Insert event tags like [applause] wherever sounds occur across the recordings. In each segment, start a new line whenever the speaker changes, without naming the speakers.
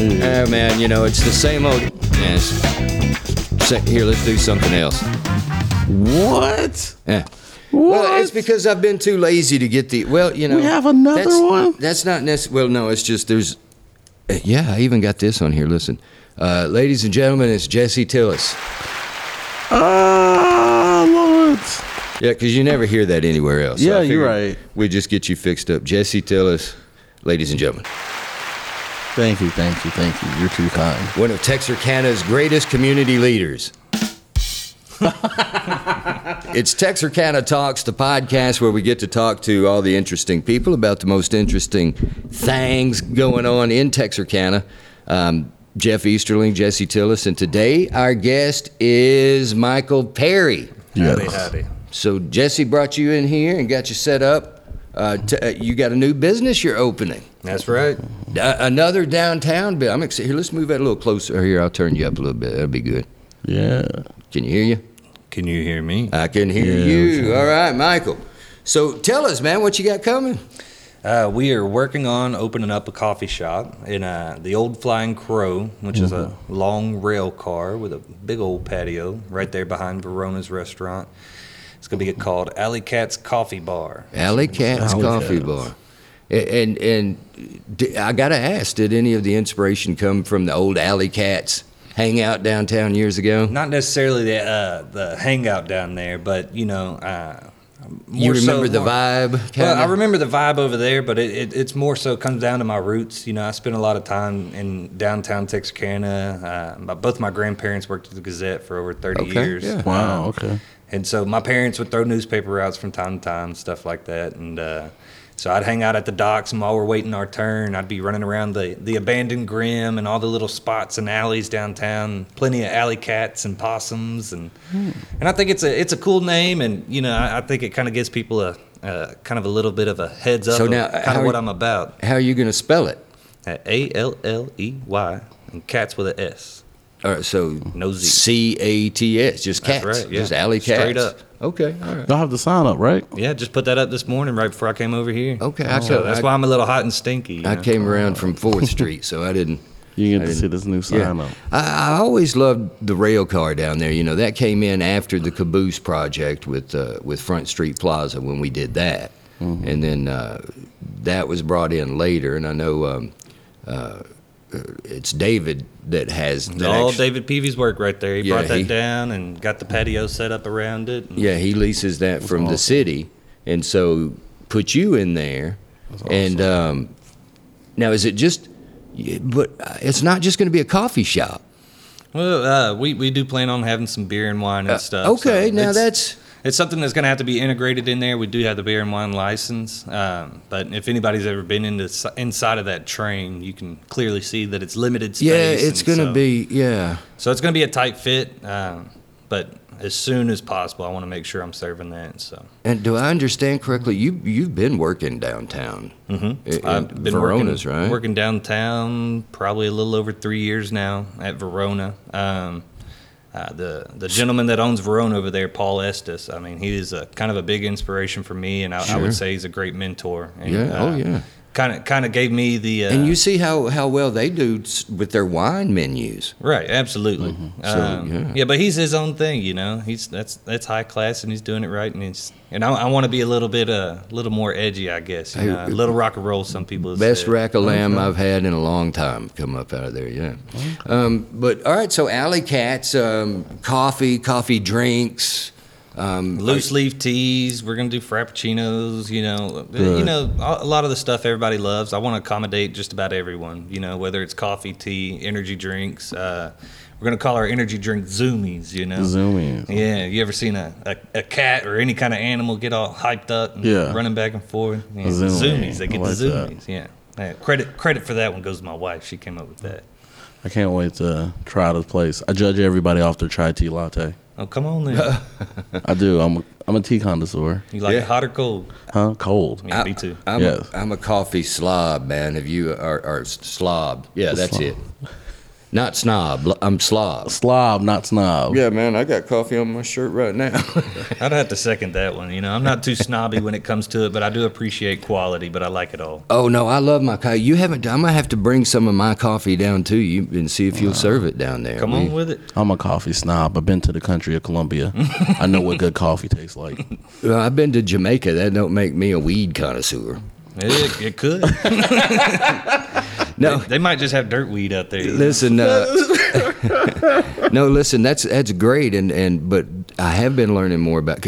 Oh man, you know it's the same old. Yes. Sa- Here, let's do something else.
What?
Yeah.
What?
Well, it's because I've been too lazy to get the. Well, you know.
We have another
that's,
one?
That's not necessary. Well, no, it's just there's. uh, Yeah, I even got this on here. Listen, uh, ladies and gentlemen, it's Jesse Tillis.
Oh, Lord.
Yeah, because you never hear that anywhere else.
Yeah,
I
you're
figured
right.
We just get you fixed up. Jesse Tillis, ladies and gentlemen,
Thank you, thank you, thank you. You're too kind.
one of Texarkana's greatest community leaders. it's Texarkana Talks, the podcast where we get to talk to all the interesting people about the most interesting things going on in Texarkana. Um, Jeff Easterling, Jesse Tillis, and today our guest is Michael Perry.
Yes.
Howdy, howdy.
So Jesse brought you in here and got you set up. Uh, t- uh, you got a new business you're opening.
That's right.
Uh, another downtown. bu- I'm excited. Here, let's move that a little closer. Here, I'll turn you up a little bit. That'll be good.
Yeah.
Can you hear you?
Can you hear me?
I can hear
Yeah,
you. All right, Michael. So tell us, man, what you got coming?
Uh, we are working on opening up a coffee shop in uh, the old Flying Crow, which is a long rail car with a big old patio right there behind Verona's restaurant. It's going to be called Alley Cat's Coffee Bar.
Alley Cat's
Alley
Coffee
Cat's.
Bar. A- And and d- I gotta ask, did any of the inspiration come from the old Alley Cats hangout downtown years ago?
Not necessarily the uh, the hangout down there, but you know, uh,
You
more so-
remember the
more-
vibe?
Well, I
kinda?
remember the vibe over there, but it, it, it's more so comes down to my roots. You know, I spent a lot of time in downtown Texarkana. Uh, my, both my grandparents worked at the Gazette for over 30
Okay,
years.
yeah.
Wow, okay.
And so my parents would throw newspaper routes from time to time, stuff like that. And uh, so I'd hang out at the docks, and while we're waiting our turn, I'd be running around the, the abandoned grim and all the little spots and alleys downtown. Plenty of alley cats and possums, and
Hmm.
and I think it's a it's a cool name, and you know I, I think it kind of gives people a. Uh, kind of a little bit of a heads up
So
of
now,
kind
how
of what
are-
I'm about.
How are you gonna spell it?
A L L E Y and cats with a S.
All right, so
No Z.
C A T S, just
That's
cats,
right, yeah.
just alley cats.
Straight up.
Okay, all right.
Y'all have to sign up, right?
Yeah, just put that up this morning right before I came over here.
Okay, I
so
ca-
that's
I-
why I'm a little hot and stinky. you
I
know?
came around from Fourth Street, so I didn't. I
You get to
didn't-
see this new
Yeah,
sign up.
I, I always loved the rail car down there. You know that came in after the Caboose project with uh, with Front Street Plaza when we did that,
Mm-hmm.
and then uh, that was brought in later. And I know um, uh, it's David that has
It's
the
all
next-
David Peavy's work right there. He
Yeah,
brought that
he-
down and got the patio set up around it.
Yeah, he leases that from the
awesome.
city, and so put you in there. And um, now, is it just? y- But uh, it's not just going to be a coffee shop.
Well, uh, we, we do plan on having some beer and wine and stuff. so
Uh, okay, now
it's-
that's
it's something that's going to have to be integrated in there. We do have the beer and wine license, um, but if anybody's ever been into s- inside of that train, you can clearly see that it's limited space.
yeah, it's
and
going to
so-
be yeah.
so it's going to be a tight fit. Um, but as soon as possible, I want to make sure I'm serving that. So.
And do I understand correctly? You you've been working downtown. Mm-hmm. In,
I've been
Verona's
working,
right.
Working downtown, probably a little over three years now at Verona. Um, uh, the the gentleman that owns Verona over there, Paul Estes. I mean, he is a, kind of a big inspiration for me, and I, I
Sure.
would say he's a great mentor. And,
Yeah, oh, yeah.
Kind of kind of gave me the. Uh,
and you see how, how well they do s- with their wine menus.
Right, absolutely.
Mm-hmm. So,
Um,
yeah.
yeah. but he's his own thing, you know. He's that's that's high class, and he's doing it right. And he's and I, I want to be a little bit a little more edgy, I guess. You
Hey,
know? A little rock and roll, some people have
Best
said.
rack of lamb I've had in a long time come up out of there, yeah. Um, but all right, so Alley Cats, um, coffee, coffee drinks. Um,
loose leaf teas. We're gonna do frappuccinos. You know, uh, you know a a lot of the stuff everybody loves. I want to accommodate just about everyone. You know, whether it's coffee, tea, energy drinks. Uh, we're gonna call our energy drink zoomies. You know,
Zoomies.
Yeah, you ever seen a, a, a cat or any kind of animal get all hyped up and
Yeah.
running back and forth? Yeah,
Zoomie.
Zoomies, they get
I like
the
that.
zoomies. Yeah. Yeah, credit credit for that one goes to my wife. She came up with that.
I can't wait to try this place. I judge everybody off their chai tea latte.
Oh, come
[laughs]
on then.
I do. I'm a, I'm a tea connoisseur.
You like
Yeah.
it hot or cold?
Huh? Cold.
Yeah, me too.
I'm,
Yes.
a, I'm a coffee slob, man. Have you, or, or slob. Yeah, that's
Slob.
it. Not snob. l- I'm slob.
Slob, not snob.
Yeah, man, I got coffee on my shirt right now. [laughs]
I'd have to second that one. You know, I'm not too snobby when it comes to it, but I do appreciate quality. But I like it all.
oh no, I love my coffee. You haven't. I'm gonna have to bring some of my coffee down to you and see if you'll serve it down there.
Come
We-
on with it.
I'm a coffee snob. I've been to the country of Colombia. I know what good coffee tastes like.
Well, I've been to Jamaica. That don't make me a weed connoisseur.
It, it
[laughs]
could.
No,
They might just have dirt weed out there. you know?
listen. [laughs] Uh, no, listen. That's that's great. And and but I have been learning more about.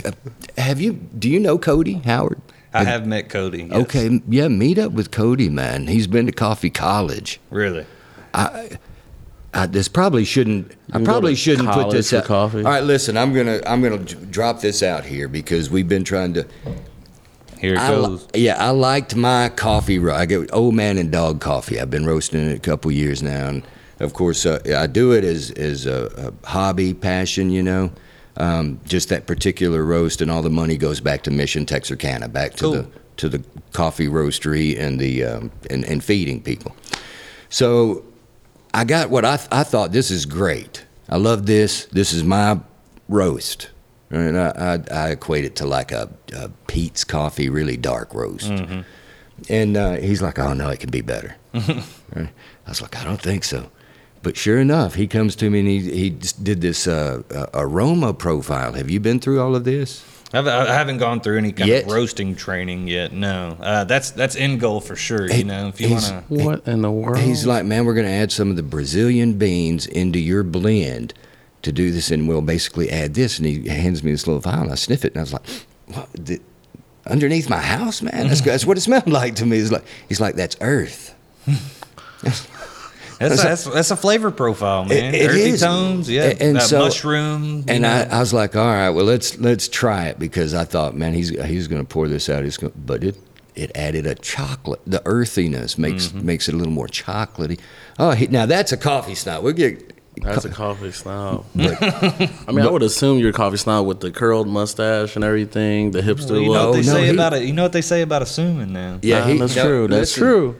Have you? Do you know Cody Howard?
I have met Cody. yes.
Okay, yeah, meet up with Cody, man. He's been to Coffee College.
Really?
I, this probably shouldn't. I
can go
probably
to
shouldn't put
college
this
for
out.
coffee.
All right, listen. I'm gonna I'm gonna j- drop this out here because we've been trying to.
Here it
I li-
goes.
yeah, I liked my coffee. ro- I get old man and dog coffee. I've been roasting it a couple years now, and of course, uh, I do it as as a, a hobby, passion. You know, um, just that particular roast, and all the money goes back to Mission Texarkana, back to the
Cool.
to the coffee roastery and the um, and, and feeding people. So I got what I, th- I thought this is great. I love this. This is my roast. And I, I, I equate it to like a, a Pete's coffee, really dark roast. And uh, he's like, oh, no, it can be better. Right? I was like, I don't think so. But sure enough, he comes to me and he, he just did this uh, uh, aroma profile. Have you been through all of this?
I've, I haven't gone through any kind
Yet?
of roasting training yet. No, uh, that's that's end goal for sure.
Hey,
You know, if you want
he's-
[laughs]
to.
What in the world?
He's like, man, we're going to add some of the Brazilian beans into your blend to do this, and we'll basically add this. And he hands me this little vial, and I sniff it, and I was like, what? The, underneath my house, man, that's, that's what it smelled like to me. He's like, he's like, that's earth.
That's, that's, that's a flavor profile, man.
it
Earthy
is.
tones, yeah.
A- and
uh,
so-
mushroom.
And
you know.
I, I was like, all right, well, let's let's try it because I thought, man, he's he's going to pour this out. He's going, but it it added a chocolate. The earthiness makes
Mm-hmm.
makes it a little more chocolatey. Oh, he, now that's a coffee snob. We'll get.
That's a
[laughs]
coffee snob. I mean, I would assume you're a coffee snob with the curled mustache and everything, the hipster
Well, you know
look.
what they
no, Uh,
say
he-
about it. You know what they say about assuming now.
Yeah,
Nah,
he-
that's
no,
true. That's
listen,
true.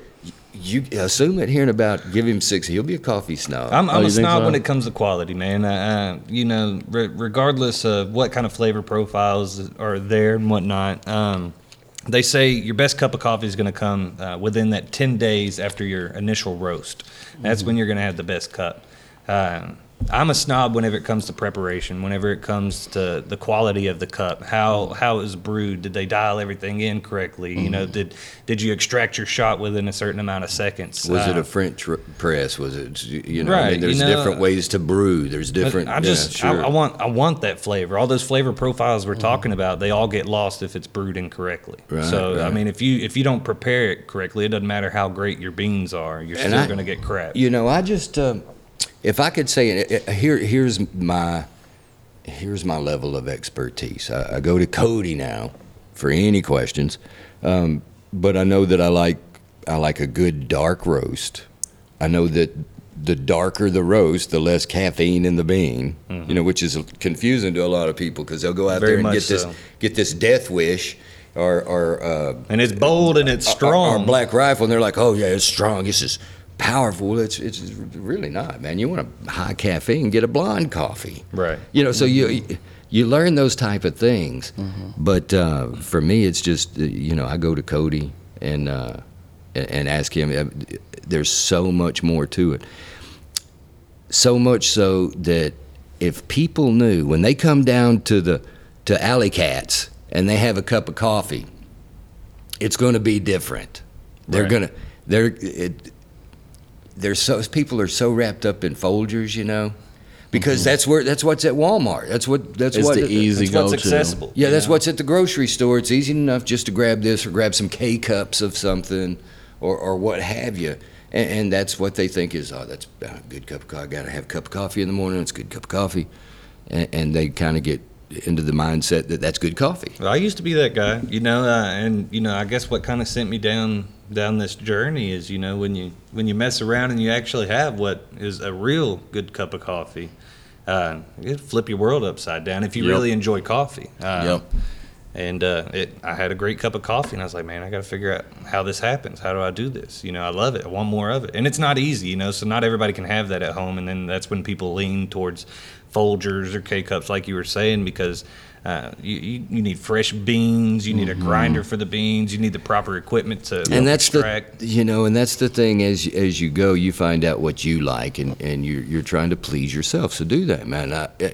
You assume it here in about give him six. He'll be a coffee snob.
I'm, I'm
Oh,
a
you think
snob
so?
when it comes to quality, man. Uh, uh, you know, re- regardless of what kind of flavor profiles are there and whatnot, um, they say your best cup of coffee is going to come uh, within that 10 days after your initial roast. That's
Mm-hmm.
when you're going to have the best cup. Um I'm a snob whenever it comes to preparation, whenever it comes to the quality of the cup, how how it was brewed, did they dial everything in correctly? You
Mm-hmm.
know, did did you extract your shot within a certain amount of seconds?
was it
Uh,
a French r- press? Was it you know? I
Right,
mean,
you
there's
know,
different ways to brew. There's
But
different.
I just
yeah, sure.
I, I want I want that flavor. All those flavor profiles we're talking about, they all get lost if it's brewed incorrectly.
Right,
so I
right.
mean, if you if you don't prepare it correctly, it doesn't matter how great your beans are, you're
And
still
I-
going to get crap.
You know, I just um if I could say it, it- here here's my here's my level of expertise. I, I go to Cody now for any questions, um, but I know that I like I like a good dark roast. I know that the darker the roast, the less caffeine in the bean. You know, which is confusing to a lot of people because they'll go out
Mm-hmm.
there
Very
and
much
get this
so.
get this death wish or or. Uh,
and it's bold and it's
or,
strong.
or black rifle and they're like oh yeah it's strong this is powerful it's it's really not man you want a high caffeine get a blonde coffee
Right. Mm-hmm.
you know so you you learn those type of things but uh, for me it's just uh, you know i go to cody and uh, a- and ask him uh, there's so much more to it so much so that if people knew when they come down to the to alley cats and they have a cup of coffee it's going to be different they're
Right.
going to they're it, they're so people are so wrapped up in Folgers, you know, because that's where that's what's at Walmart. That's what that's
Mm-hmm. It's
what
the easy
it's what's
go-to.
accessible.
yeah, that's
you know?
what's at the grocery store. It's easy enough just to grab this or grab some K cups of something or, or what have you. And, and that's what they think is, oh, that's a good cup of coffee. I got to have a cup of coffee in the morning. It's a good cup of coffee. And, and they kind of get into the mindset that that's good coffee.
I used to be that guy, you know, uh, and you know, I guess what kind of sent me down down this journey is, you know, when you when you mess around and you actually have what is a real good cup of coffee, uh, it flip your world upside down if you
Yep.
really enjoy coffee. Uh,
Yep.
And uh, it, I had a great cup of coffee, and I was like, man, I got to figure out how this happens. How do I do this? You know, I love it. I want more of it. And it's not easy, you know, so not everybody can have that at home. And then that's when people lean towards Folgers or K cups, like you were saying, because uh, you, you, you need fresh beans, you need a grinder for the beans, you need the proper equipment to
Mm-hmm. and that's
extract.
the you know and that's the thing as as you go you find out what you like and and you're you're trying to please yourself so do that man I, uh,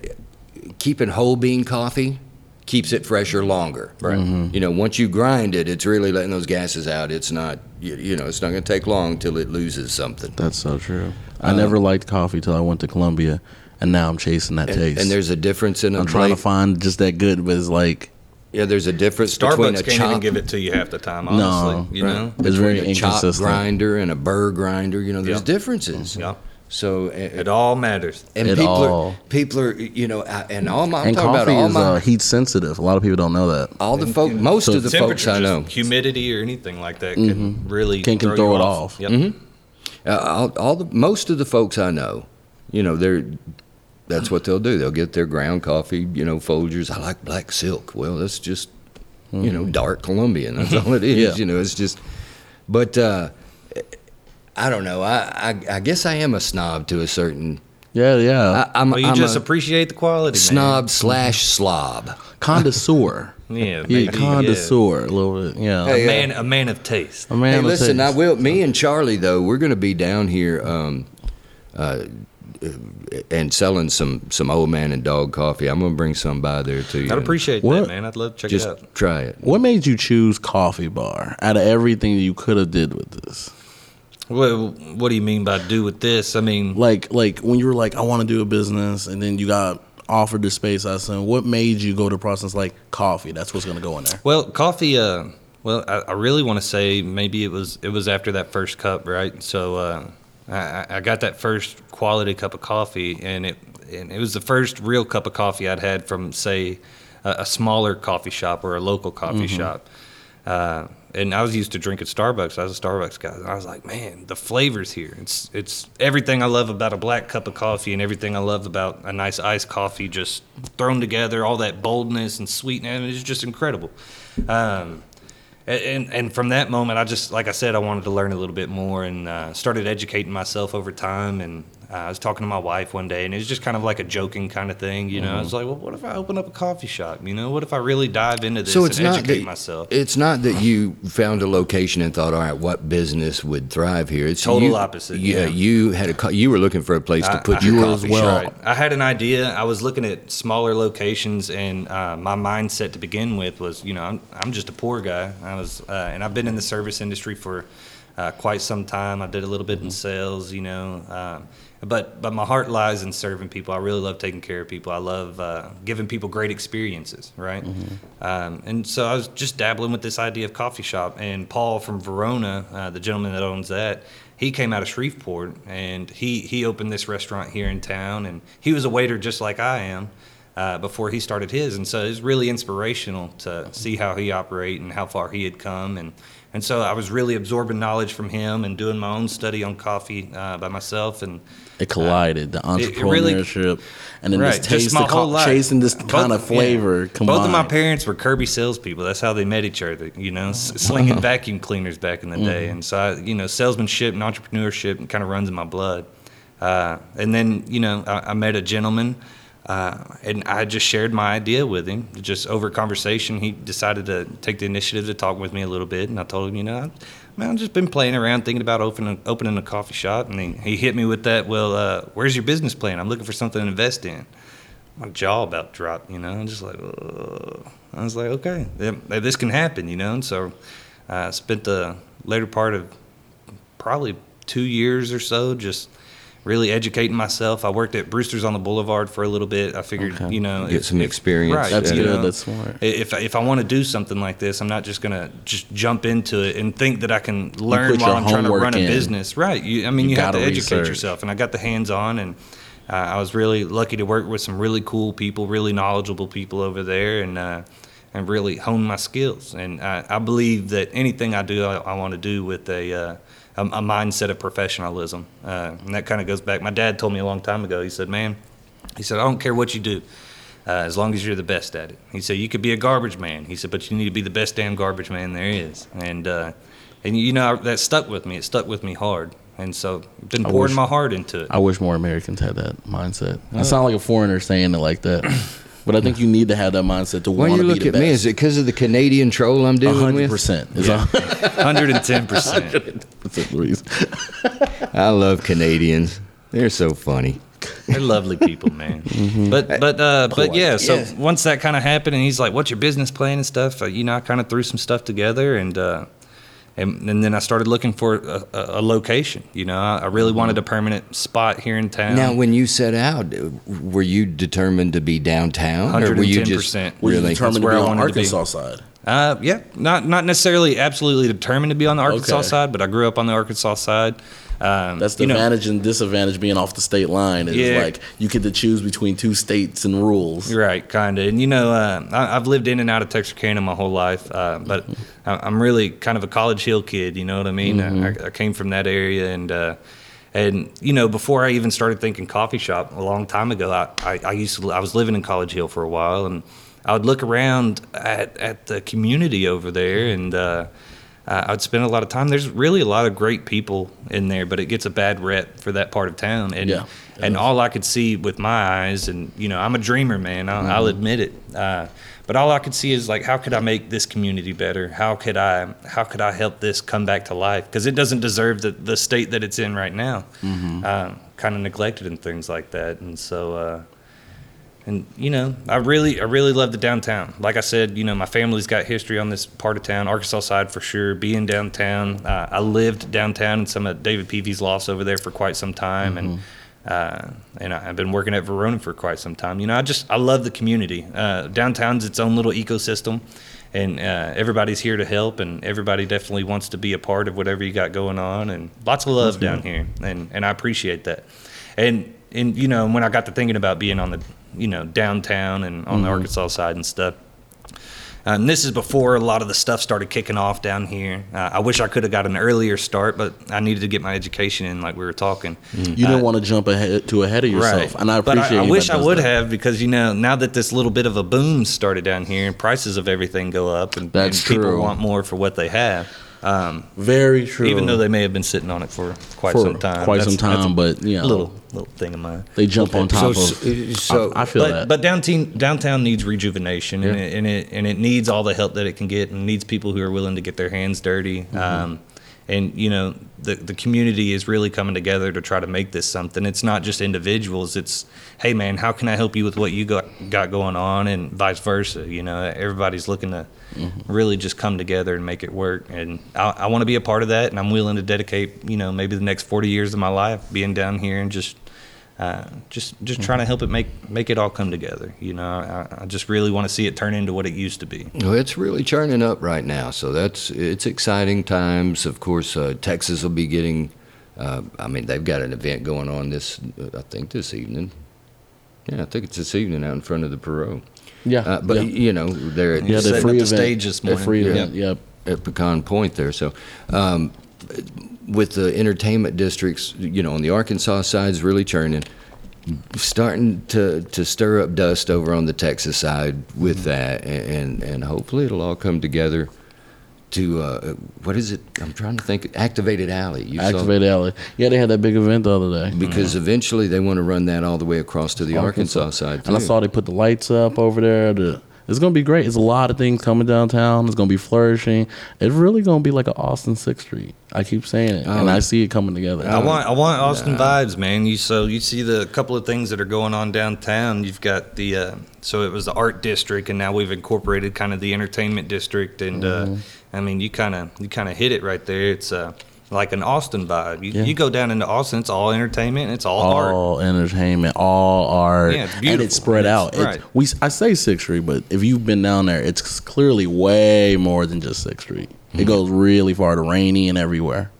keeping whole bean coffee keeps it fresher longer Mm-hmm.
Right.
you know once you grind it it's really letting those gases out it's not you, you know it's not going to take long till it loses something
That's so true. I
Uh,
never liked coffee till I went to Colombia, and now I'm chasing that
and,
taste.
and there's a difference in a
I'm trying to
bla-
find just that good, but it's like
yeah there's a difference between a
Starbucks can't even
chop
give it to you half the time,
No,
honestly. you
right,
know?
it's very
between a chop
inconsistent.
grinder and a burr grinder you know there's
Yep.
differences
Yeah.
so uh,
It all matters.
and
At
people
all.
are people are you know I- and all my I'm
and
talking about
coffee
all
is
my
uh, heat sensitive. A lot of people don't know that.
all the folk most
So
of the folks
Temperature,
I know
just humidity or anything like that can really
Mm-hmm. Can- can
you
throw it off. Mm-hmm.
Yep.
uh, all, all the most of the folks I know you know they're that's what they'll do they'll get their ground coffee you know Folgers I like black silk well that's just you know dark Colombian
[laughs]
that's all it is
Hmm. Yeah.
you know it's just but uh, I don't know I, I I guess I am a snob to a certain
Yeah, yeah.
I, I'm,
Well, you
I'm
just
a
appreciate the quality, man.
snob slash slob [laughs]
condensor.
Yeah, maybe,
yeah,
yeah.
condensor. A little bit. Yeah.
Hey,
A
uh,
man, a man of taste.
a man
Hey,
will
listen, I
taste.
will. Me and Charlie, though, we're going to be down here um, uh, and selling some some old man and dog coffee. I'm going to bring some by there to you.
I'd appreciate
What?
that, man. I'd love to check
Just
it out.
try it.
What made you choose coffee bar out of everything you could have did with this?
Well, what do you mean by do with this? I mean,
Like, like when you were like, I want to do a business, and then you got offered the space. I said, what made you go to process like coffee? That's what's gonna go in there.
well, coffee. Uh, well, I, I really want to say maybe it was it was after that first cup, right? So uh, I- I, I got that first quality cup of coffee, and it and it was the first real cup of coffee I'd had from say a, a smaller coffee shop or a local coffee shop. uh, and I was used to drinking Starbucks. I was a Starbucks guy. And I was like, man, the flavors here. It's it's everything I love about a black cup of coffee and everything I love about a nice iced coffee just thrown together. All that boldness and sweetness and it's just incredible. Um, and, and and from that moment, I just like I said, I wanted to learn a little bit more and uh, started educating myself over time. And uh, I was talking to my wife one day, and it was just kind of like a joking kind of thing, you know.
Mm-hmm.
I was like, well, what if I open up a coffee shop? You know, what if I really dive into this
So it's
and
not
educate
that,
myself?
It's not that you found a location and thought, all right, what business would thrive here? It's
Total
you-
opposite,
Yeah,
yeah.
you had a co- you were looking for a place to
I-
put
I-
your
you were as
coffee
well.
shop.
Right. I had an idea. I was looking at smaller locations, and uh, my mindset to begin with was, you know, I'm, I'm just a poor guy. I was, uh, and I've been in the service industry for uh, quite some time. I did a little bit in
Mm-hmm.
sales, you know, um, but but my heart lies in serving people. I really love taking care of people. I love uh, giving people great experiences, right?
Mm-hmm.
Um, and so I was just dabbling with this idea of coffee shop, and Paul from Verona, uh, the gentleman that owns that he came out of Shreveport and he he opened this restaurant here in town and he was a waiter just like I am uh, before he started his and so it was really inspirational to see how he operated and how far he had come and and so I was really absorbing knowledge from him and doing my own study on coffee uh, by myself and
It collided the
it- it really-
entrepreneurship, and then
right
this taste,
just my
the co-
whole life
chasing this
Both-
kind of
yeah.
flavor. Combined.
both of my parents were Kirby salespeople that's how they met each other you know s-
[laughs]
slinging vacuum cleaners back in the
Mm.
day and so I, you know salesmanship and entrepreneurship kind of runs in my blood uh, and then you know I, I met a gentleman uh, and I just shared my idea with him just over conversation he decided to take the initiative to talk with me a little bit and I told him you know Man, I've just been playing around thinking about opening opening a coffee shop, and he, he hit me with that. Well, uh, where's your business plan? I'm looking for something to invest in my jaw about dropped, you know. I'm just like, Ugh. I was like, okay, th- this can happen, you know. And so I spent the later part of probably two years or so just really educating myself. I worked at Brewster's on the Boulevard for a little bit. I figured,
Okay.
you know,
Get
if-
some
if-
experience.
Right,
That's
you
good.
know,
That's smart.
i- If if I want to do something like this, I'm not just gonna just jump into it and think that I can learn
put
while
your
I'm trying to
homework
run a
in.
business, right? You, I mean,
You
you, have to
gotta
educate
research.
yourself, and I got the hands-on, and uh, I was really lucky to work with some really cool people, really knowledgeable people over there, and uh, and really hone my skills. And I, I believe that anything I do, I, I want to do with a uh, a, a mindset of professionalism, uh, and that kind of goes back. My dad told me a long time ago. He said, "Man," he said, "I don't care what you do." uh, as long as you're the best at it. He said, You could be a garbage man. He said, But you need to be the best damn garbage man there is. And, uh, and you know, that stuck with me. It stuck with me hard. And so I've been
I
pouring
wish-
my heart into it.
I wish more Americans had that mindset. I sound like a foreigner saying it like that, [clears throat] but I think you need to have that mindset to
When
want
you
to be
look
the
at me,
best.
is it because of the Canadian troll I'm
A
dealing
hundred
with?
percent is [laughs] a hundred [laughs]
110%.
percent the reason.
I love Canadians. They're so funny.
They're lovely people, man.
Mm-hmm.
But but uh, but yeah. So
Yeah.
once that kind of happened, and he's like, "What's your business plan and stuff?" Uh, you know, I kind of threw some stuff together, and uh, and and then I started looking for a, a, a location. You know, I, I
Mm-hmm.
really wanted a permanent spot here in town.
Now, when you set out, uh, were you determined to be downtown, or were you just
110%.
Were you
really?
determined to
where
be
I
on
wanted to be.
Arkansas side?
Uh, yeah, not not necessarily absolutely determined to be on the Arkansas
Okay.
side, but I grew up on the Arkansas side. Um,
That's the
you know,
advantage and disadvantage being off the state line. Is
Yeah.
like you get to choose between two states and rules.
You're Right, kind of. And you know, uh, I, I've lived in and out of Texarkana my whole life, uh, but I, I'm really kind of a College Hill kid. You know what I mean? I, I came from that area, and uh, and you know, before I even started thinking coffee shop a long time ago, I, I, I used to I was living in College Hill for a while, and I would look around at at the community over there, and. Uh, uh, I'd spend a lot of time. There's really a lot of great people in there, but it gets a bad rep for that part of town. And
Yeah.
and all I could see with my eyes, and you know, I'm a dreamer, man. I'll, I'll admit it. Uh, but all I could see is like, how could I make this community better? How could I, how could I help this come back to life? Because it doesn't deserve the, the state that it's in right now. Um, kind of neglected and things like that. And so, uh, and you know, I really, I really love the downtown. Like I said, you know, my family's got history on this part of town, Arkansas side for sure. Being downtown, uh, I lived downtown in some of David Peavy's lofts over there for quite some time, and uh, and I- I've been working at Verona for quite some time. You know, I just, I love the community. Uh, downtown's its own little ecosystem, and uh, everybody's here to help, and everybody definitely wants to be a part of whatever you got going on, and lots of love down here, and and I appreciate that and and you know when I got to thinking about being on the you know downtown and on the
Mm-hmm.
Arkansas side and stuff. Um, this is before a lot of the stuff started kicking off down here. Uh, I wish I could have got an earlier start, but I needed to get my education in, like we were talking.
You don't want to jump ahead to ahead of Mm. yourself, and I appreciate.
But I, I
anybody
wish I
that does
would
that.
have because you know now that this little bit of a boom started down here and prices of everything go up and,
That's
and people
true.
want more for what they have, um,
Very true.
even though they may have been sitting on it for quite
for
some time.
quite
That's-
some
that's
time, but you
a
know,
little little thing of mine.
they jump on
So,
top of.
so
I, I feel
uh, but,
that.
But downtown downtown needs rejuvenation, and,
Yeah.
it, and it and it needs all the help that it can get, and needs people who are willing to get their hands dirty. Um, and you know, the the community is really coming together to try to make this something. It's not just individuals. It's hey man, how can I help you with what you got got going on, and vice versa. You know, everybody's looking to really just come together and make it work. And I, I want to be a part of that, and I'm willing to dedicate you know maybe the next 40 years of my life being down here and just uh, just just trying to help it make make it all come together. You know, I, I just really want to see it turn into what it used to be.
Well, it's really churning up right now, so that's it's exciting times. Of course, uh, Texas will be getting. Uh, I mean, they've got an event going on this. Uh, I think this evening. Yeah, I think it's this evening out in front of the Perot.
yeah,
Uh, but
yeah,
you know, they're
yeah
setting
the
up
free
the
event,
stage this
the
morning.
free
Yeah.
event, yep.
at Pecan Point there. So, um, with the entertainment districts, you know, on the Arkansas side's really churning, starting to, to stir up dust over on the Texas side with
Mm-hmm.
that, a- and and hopefully it'll all come together. To uh, what is it? I'm trying to think. Activated Alley. You saw-
Activate Mm-hmm. Alley. Yeah, they had that big event the other day.
because eventually they want to run that all the way across to the Arkansas, side. Too.
And I saw they put the lights up over there. The, it's gonna be great. It's a lot of things coming downtown. It's gonna be flourishing. It's really gonna be like an Austin Sixth Street. I keep saying it, and I see it coming together.
Oh. I want I want Austin vibes, man. You so you see the couple of things that are going on downtown. You've got the uh, so it was the art district, and now we've incorporated kind of the entertainment district. And uh, I mean, you kind of you kind of hit it right there. It's uh, like an Austin vibe. You,
Yeah.
you go down into Austin, it's all entertainment, it's all art.
all entertainment, all art,
Yeah, it's
and
beautiful.
it's spread
It's-
out. It's,
right.
We I say Sixth Street, but if you've been down there, it's clearly way more than just Sixth Street.
Mm-hmm.
It goes really far to Rainy and everywhere.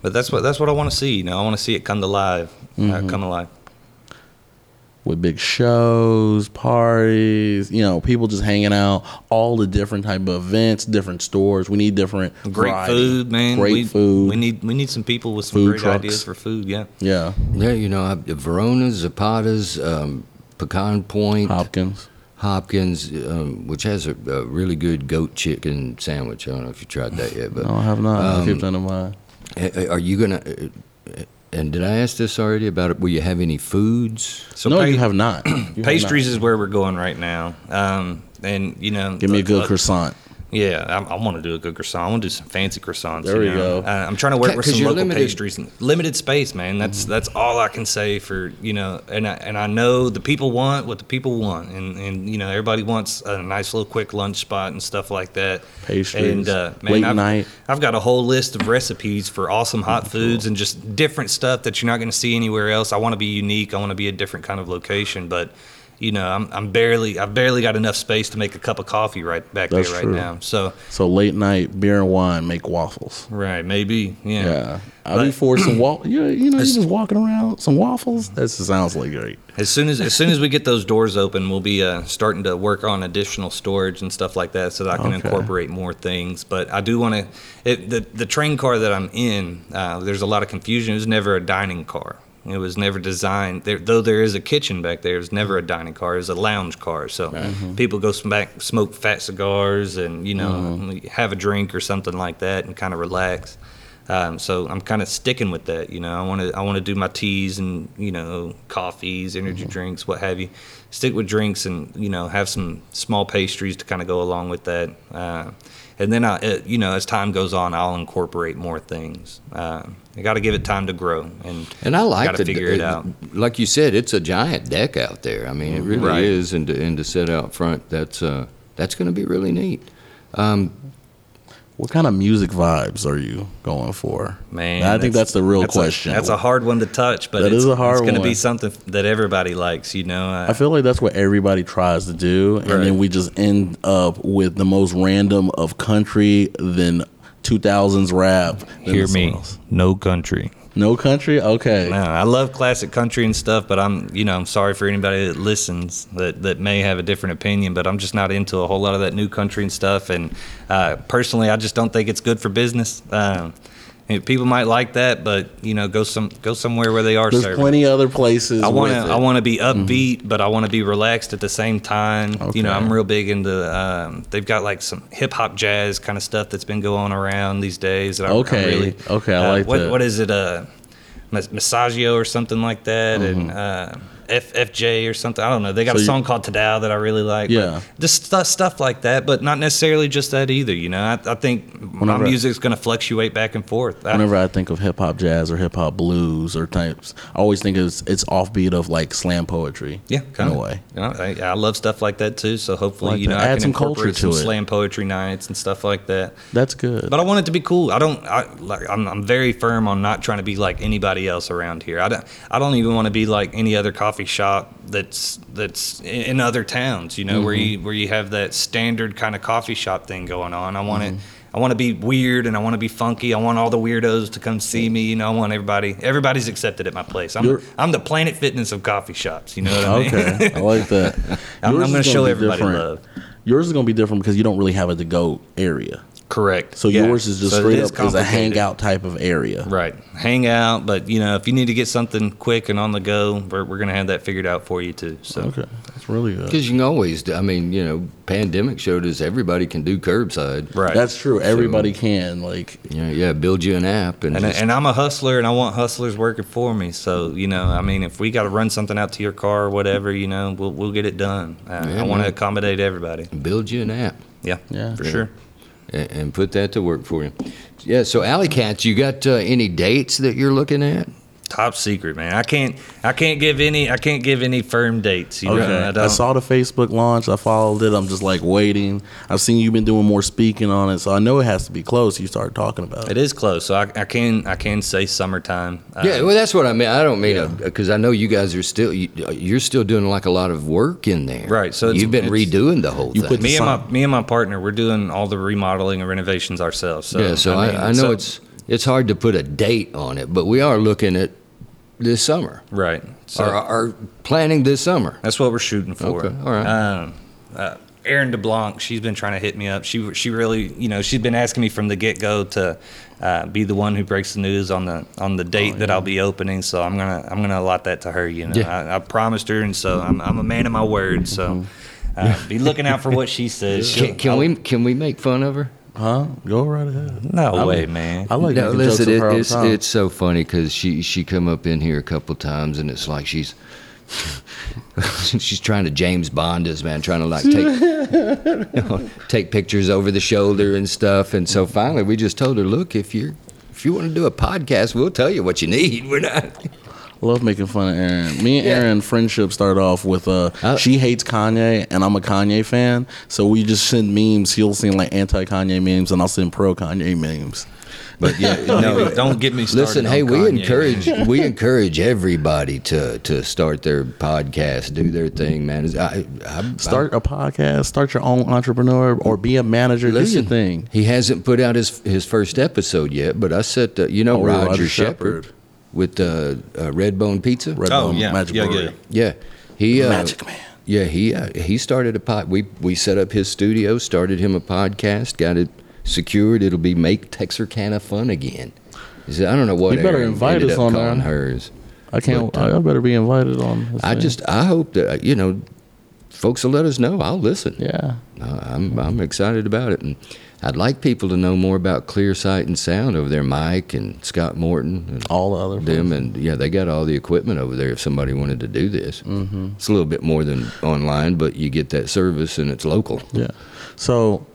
But that's what that's what I want to see. You know, I want to see it come to life, uh, come alive.
with big shows, parties, you know, people just hanging out, all the different type of events, different stores. We need different
Great
variety.
food, man.
Great
we,
food.
We need we need some people with some
Food
great
trucks.
ideas for food. Yeah,
Yeah.
Yeah, you know, I, Verona's, Zapata's, um, Pecan Point,
Hopkins.
Hopkins, um, which has a, a really good goat chicken sandwich. I don't know if you tried that yet, but
No, I have not. I
Um,
keep that in mind.
A- a- Are you gonna? uh, And did I ask this already about it? Will you have any foods?
So
no,
pa-
you have
[clears throat]
not. You have not.
pastries is where we're going right now. Um, and you know,
Give me a good
uh,
croissant.
Yeah, I, I want to do a good croissant. I want to do some fancy croissants.
There
you
we
know?
go.
Uh, I'm trying to work
Yeah,
with
'cause
some
you're
local
limited.
pastries. Limited space, man. That's
Mm-hmm.
that's all I can say for you know. And I, and I know the people want what the people want, and and you know everybody wants a nice little quick lunch spot and stuff like that.
Pastries,
and uh, man,
late
I've,
night.
I've got a whole list of recipes for awesome hot foods and just different stuff that you're not going to see anywhere else. I want to be unique. I want to be a different kind of location, but. You know, I'm, I'm barely I've barely got enough space to make a cup of coffee right back
That's
there right
true.
now. So
So late night beer and wine make waffles.
Right, maybe. Yeah.
Yeah, I'll be
But-
for some waffles. You, you know, you
As-
just walking around some waffles. That just sounds like great.
As soon as as soon as we get those doors open, we'll be uh, starting to work on additional storage and stuff like that, so that I
Okay.
can incorporate more things. But I do want to the the train car that I'm in. Uh, there's a lot of confusion. It was never a dining car. It was never designed. There, though there is a kitchen back there, it was never a dining car. It was a lounge car. So people go sm- back, smoke fat cigars, and you know, have a drink or something like that, and kind of relax. Um, so I'm kind of sticking with that, you know. I want to I want to do my teas and you know coffees, energy
Mm-hmm.
drinks, what have you. Stick with drinks and you know have some small pastries to kind of go along with that. Uh, and then I, uh, you know, as time goes on, I'll incorporate more things. Uh, I got to give it time to grow, and
And I like
gotta
the- uh,
figure it
uh,
out.
Like you said, it's a giant deck out there. I mean, it really
Right.
is. And to, and to sit out front, that's uh, that's going to be really neat.
What kind of music vibes are you going for,
Man,
I think that's the real
that's a-
question.
that's a hard one to touch, but
That
it's,
is a hard
it's going to
one.
be something that everybody likes, you know. Uh,
I feel like that's what everybody tries to do, and
Right.
then we just end up with the most random of country, then 2000s rap. then
hear
someone
me,
else.
no country.
No country? Okay.
No, I love classic country and stuff, but I'm you know I'm sorry for anybody that listens that that may have a different opinion, but I'm just not into a whole lot of that new country and stuff. And uh, personally, I just don't think it's good for business. Um, and people might like that, but you know, go some go somewhere where they are
There's
serving.
plenty other places.
I want to
with it. Mm-hmm.
I want to be upbeat, but I want to be relaxed at the same time. You know,
Okay.
I'm real big into. Um, they've got like some hip hop jazz kind of stuff that's been going around these days. That I, I
Okay.
really,
Okay, I
uh,
like
what,
that.
What is it? Uh, Mas- Massagio or something like that, and uh, F- FJ or something. I don't know. They got
Mm-hmm. So
a
you-
song called Tadao that I really like. but
Yeah.
just stuff stuff like that, but not necessarily just that either. You know, I, I think
Whenever-
my music's going to fluctuate back and forth. I-
Whenever I think of hip hop jazz or hip hop blues or types, I always think it's it's offbeat of like slam poetry.
Yeah,
in
kind
a
of
way.
You know, I, I love stuff like that too. So hopefully,
Like
you know,
that.
I
Add
can
some
incorporate
culture to
some
it.
slam poetry nights and stuff like that.
That's good.
But I want it to be cool. I don't. I like. I'm, I'm very firm on not trying to be like anybody else around here. I don't. I don't even want to be like any other coffee shop that's that's in in other towns. You know, where
Mm-hmm.
you where you have that standard kind of coffee shop thing going on. I want it.
Mm-hmm.
I want to be weird and I want to be funky. I want all the weirdos to come see me. You know, I want everybody. Everybody's accepted at my place. I'm,
You're-
I'm the Planet Fitness of coffee shops. You know what I
[laughs] [laughs]
mean?
okay, I like that.
I'm-
Yours
I'm
is
gonna show
be
everybody
different.
love.
Yours is gonna be different because you don't really have a to go area.
Correct.
So
Yeah.
yours is just
So it
straight
is
up is a
complicated.
hangout type of area.
Right. Hang out, but you know, if you need to get something quick and on the go, we're, we're going to have that figured out for you too. So
Okay, that's really good.
Because you can always, do- I mean, you know, pandemic showed us everybody can do curbside.
Right.
That's true. Everybody can like.
You know, yeah, build you an app and,
and,
just-
and I'm a hustler and I want hustlers working for me. So, you know, I mean, if we got to run something out to your car or whatever, you know, we'll, we'll get it done. Uh,
Yeah,
I want
man.
to accommodate everybody.
build you an app.
Yeah.
Yeah.
For
Yeah.
sure.
and, and put that to work for you. Yeah. So Alley Cats, you got uh, any dates that you're looking at?
Top secret, man. I can't I can't give any I can't give any firm dates, you know.
Okay.
don't-
I saw the Facebook launch. I followed it. I'm just like waiting. I've seen you've been doing more speaking on it, so I know it has to be close. You start talking about
it
it.
is close, so I, I can I can say summertime. Uh,
yeah. Well, that's what I mean. I don't mean because I know you guys are still you, uh, you're still doing like a lot of work in there.
Right, so it's-
you've been
it's-
redoing the whole
You
thing.
put the
me and
sign-
my me and my partner we're doing all the remodeling and renovations ourselves so
yeah. So I,
mean,
I, know
so-
it's it's hard to put a date on it, but we are looking at this summer.
right so
Are, are planning this summer.
that's what we're shooting for
Okay, all right.
um, uh, Erin DeBlanc, she's been trying to hit me up. She she really, you know, she's been asking me from the get go to uh, be the one who breaks the news on the on the date that I'll be opening. So I'm gonna I'm gonna allot that to her. You know,
Oh, Yeah.
I, I promised her, and so I'm I'm a man of my word. So uh, be looking out for what she says.
Mm-hmm. [laughs] Can,
She'll-
can
I'll-
we can we make fun of her?
Huh? Go right ahead.
No
I
way,
mean,
man.
I like
no,
making jokes
listen,
with
it,
her all the
it's
time.
it's so funny because she she come up in here a couple times and it's like she's [laughs] she's trying to James Bond us, man, trying to like take you know, take [laughs] pictures over the shoulder and stuff. And so finally, we just told her, look, if you're if you want to do a podcast, we'll tell you what you need. We're not. [laughs]
I love making fun of Aaron. Me and
Yeah.
Aaron friendship started off with uh,
Uh,
she hates Kanye and I'm a Kanye fan, so we just send memes. He'll send like anti Kanye memes and I'll send pro Kanye memes.
But
[laughs]
yeah,
No,
no.
don't get me started.
Listen,
on
hey, we
Kanye.
encourage we encourage everybody to to start their podcast, do their thing, man. I, I, I,
Start a podcast, start your own entrepreneur, or be a manager. do your thing.
He hasn't put out his his first episode yet, but I said, uh, you know,
Oh,
Roger,
Roger
Shepherd,
Shepherd.
with uh, uh, Red Bone Pizza.
Red
Oh,
Bone
yeah, yeah,
Brewery.
yeah.
Yeah, he uh,
Magic Man.
Yeah, he uh, he started a pod. We we set up his studio, started him a podcast, got it secured. It'll be make Texarkana fun again. He said, I don't know what.
You better
Aaron
invite
ended
us
up
on
calling
there.
hers.
I can't.
But,
I I better be invited on. his
I
thing.
just I hope that uh, you know, folks will let us know. I'll listen.
yeah.
Uh, I'm I'm excited about it, and I'd like people to know more about Clear Sight and Sound over there. Mike and Scott Morton and
All the other
them, and yeah, they got all the equipment over there. If somebody wanted to do this, mm-hmm. it's a little bit more than online, but you get that service and it's local.
Yeah. So,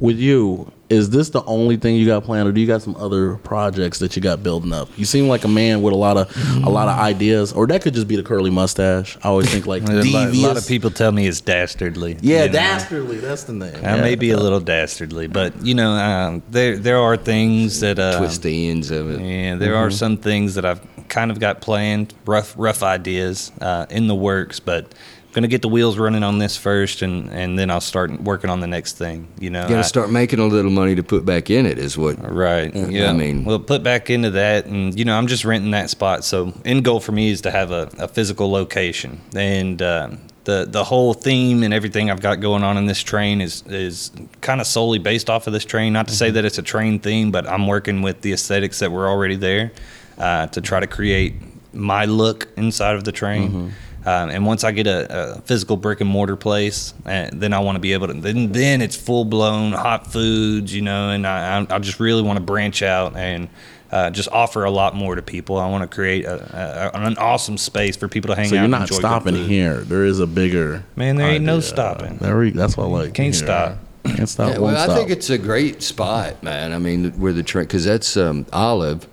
with you, is this the only thing you got planned, or do you got some other projects that you got building up? You seem like a man with a lot of a lot of ideas, or that could just be the curly mustache. I always think like
[laughs] A lot,
devious.
a lot of people tell me it's dastardly.
Yeah,
you know?
dastardly. That's the name.
I
yeah.
may be a little dastardly, but you know, um, there there are things that uh,
Twist the ends of it.
Yeah, there are
Mm-hmm.
some things that I've kind of got planned, rough rough ideas uh, in the works, but I'm gonna get the wheels running on this first, and and then I'll start working on the next thing. You know,
You got
I-
to start making a little money to put back in it. Is what
Right. Yeah.
Uh, I mean-
well, put back into that, and you know, I'm just renting that spot. So, end goal for me is to have a, a physical location, and um, the the whole theme and everything I've got going on in this train is is kind of solely based off of this train. Not to
Mm-hmm.
say that it's a train theme, but I'm working with the aesthetics that were already there uh, to try to create my look inside of the train.
Mm-hmm.
Um, and once I get a, a physical brick and mortar place, uh, then I want to be able to. Then, then it's full blown hot foods, you know. And I, I, I just really want to branch out and uh, just offer a lot more to people. I want to create a, a, an awesome space for people to hang
So
out.
you're
and
not
enjoy good
stopping
food.
here. There is a bigger
Man, there ain't no
idea.
stopping.
There we, that's what I like.
Can't
here.
stop.
Can't stop.
Yeah,
won't
well, I
stop.
think it's a great spot, man. I mean, where the train because that's um, Olive.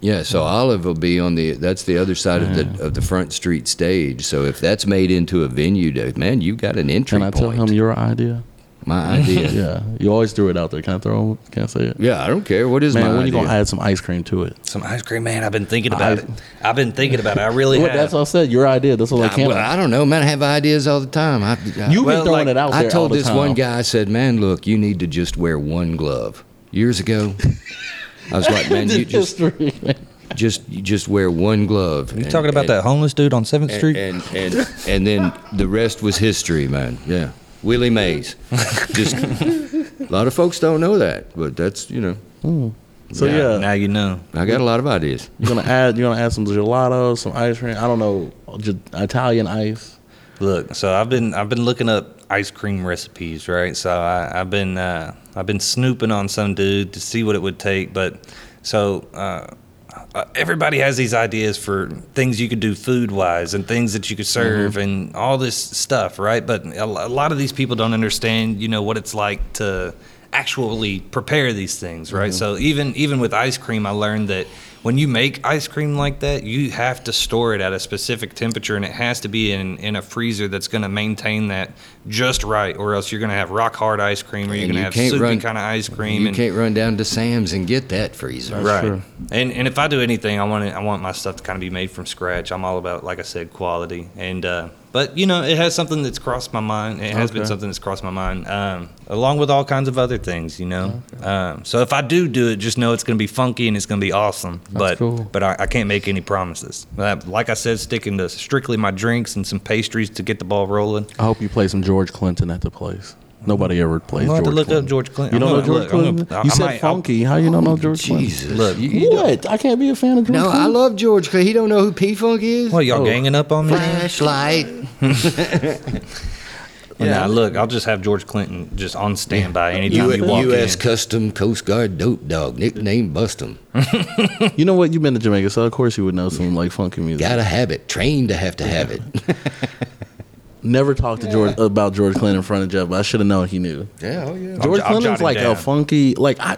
Yeah, so
Hmm.
Olive will be on the that's the other side of the of the front street stage. So if that's made into a venue, dude, man, you got an entry
Can I tell
point.
him your idea?
my idea.
[laughs]
yeah.
Yeah. You always threw it out there. Can I throw? him- Can I say it?
I don't care. What is
Man,
my
when
idea?
you gonna add some ice cream to it?
Some ice cream, man. I've been thinking
I-
about it. I've been thinking about it. I really
Well,
have.
that's what I said. Your idea. That's what I
I,
can't.
well, I don't know, man. I have ideas all the time. I, I,
You've
Well,
been throwing
like,
it out there.
I told
all the
this
time.
one guy, I said, "Man, look, you need to just wear one glove." Years ago, I was like,
[laughs]
"Man, you just
history.
just you just wear one glove."
you talking about that homeless dude on Seventh
Eh,
Street?
and and and then the rest was history, man. Yeah, Willie Mays. Just a lot of folks don't know that, but that's you know,
So
Yeah,
yeah,
now you know.
I got a lot of ideas.
you're gonna add you're gonna add some gelato, some ice cream. I don't know, just Italian ice.
Look, so I've been I've been looking up ice cream recipes, right? So I, I've been uh, I've been snooping on some dude to see what it would take, but so uh, uh, everybody has these ideas for things you could do food wise and things that you
Mm-hmm.
could serve and all this stuff, right? But a, lo- a lot of these people don't understand, you know, what it's like to actually prepare these things, right?
Mm-hmm.
So even even with ice cream, I learned that when you make ice cream like that, you have to store it at a specific temperature, and it has to be in in a freezer that's going to maintain that just right, or else you're going to have rock hard ice cream, or you're
And
going to
you
have
can't
soupy
run-
kind of ice cream.
You
and,
can't run down to Sam's and get that freezer.
right.
true.
And and if I do anything, I want it, I want my stuff to kind of be made from scratch. I'm all about, like I said, quality. And uh, But you know, it has something that's crossed my mind. It has been
Okay.
something that's crossed my mind, um, along with all kinds of other things. You know, um, so if I do do it, just know it's going to be funky and it's going to be awesome. but
cool.
but I, I can't make any promises. Uh, Like I said, sticking to strictly my drinks and some pastries to get the ball rolling.
I hope you play some George Clinton at the place. Nobody ever plays
I'm gonna
George
have to look
Clinton.
up George Clinton.
You don't
I'm
know
gonna-
George
look, I'm gonna-
Clinton?
I-
you
I
said
might- I'll-
funky. How you don't know George
Jesus.
Look,
you,
Clinton?
you don't-
What? I can't be a fan of George
no,
Clinton.
I love George Clinton. He don't know who P Funk is.
Well, y'all
Oh.
ganging up on me?
Flashlight.
Yeah, look, I'll just have George Clinton just on standby anytime you walk
U.S.
in.
Custom Coast Guard Dope Dog, nickname Bustum.
You know what? You've been to Jamaica, so of course you would know some like funky music.
Gotta have it. Trained to have to have
[laughs]
it.
Never talked to George about George Clinton in front of Jeff, but I should have known he knew.
yeah, oh yeah.
George
I'll jot
Clinton's
it
like a
down.
funky like I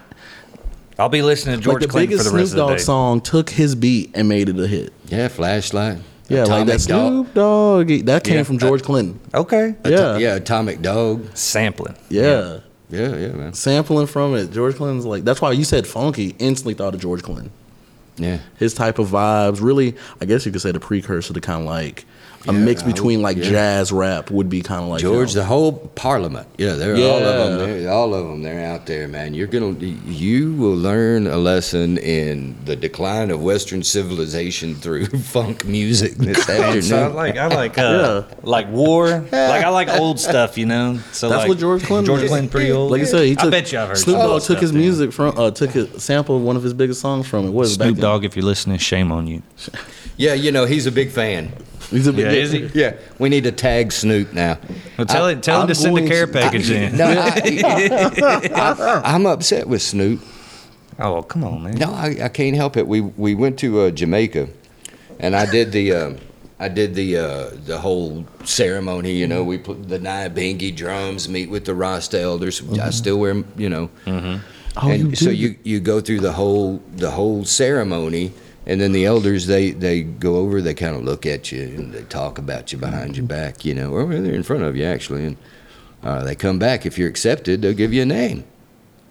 I'll be listening to George
like the
Clinton for
biggest
the rest
Snoop
of the
Dogg
day.
song took his beat and made it a hit.
Yeah, flashlight.
Yeah, like that Snoop Dogg. That came
Yeah.
from George Clinton.
Okay.
Yeah.
Dog. Yeah, Atomic Dog.
Sampling.
Yeah.
Yeah, yeah, man.
Sampling from it. George Clinton's like that's why you said funky, instantly thought of George Clinton.
Yeah.
His type of vibes, really, I guess you could say the precursor to kind of like a
Yeah,
mix
I would-
between like
yeah.
jazz rap would be kind of like
George,
him.
the whole Parliament. Yeah, they're all of
Yeah.
them. They're, all of them. They're out there, man. You're gonna, you will learn a lesson in the decline of Western civilization [laughs] through funk music
[laughs]
this
So I
afternoon.
like I like uh, like war. Like I like old stuff, you know. So
That's
like,
what George Clinton
George
is.
Clinton pretty old.
Like you said, he took
I bet you I've heard
Snoop
some
Dogg
old
took
stuff,
his
yeah.
music from uh took a sample of one of his biggest songs from it. What is it back
Snoop
then?
Dogg, if you're listening, shame
[laughs]
on you.
Yeah, you know, he's a big fan.
He's a big-
Yeah, is he?
Yeah, we need to tag Snoop now.
Well, tell him tell him
I'm
to send a
going
care
to-
package
[laughs]
in.
No, I, I, I'm upset with Snoop.
Oh, well, come on, man.
No, I, I can't help it. We we went to uh, Jamaica, and I did the um I did the uh, the whole ceremony. You know, we put the Nyabingi drums, meet with the Rasta elders. I still wear you know,
Oh,
and
you
so
did.
you you go through the whole the whole ceremony. And then the elders, they, they go over, they kind of look at you and they talk about you behind your back, you know, or they're in front of you actually. And uh, they come back. If you're accepted, they'll give you a name.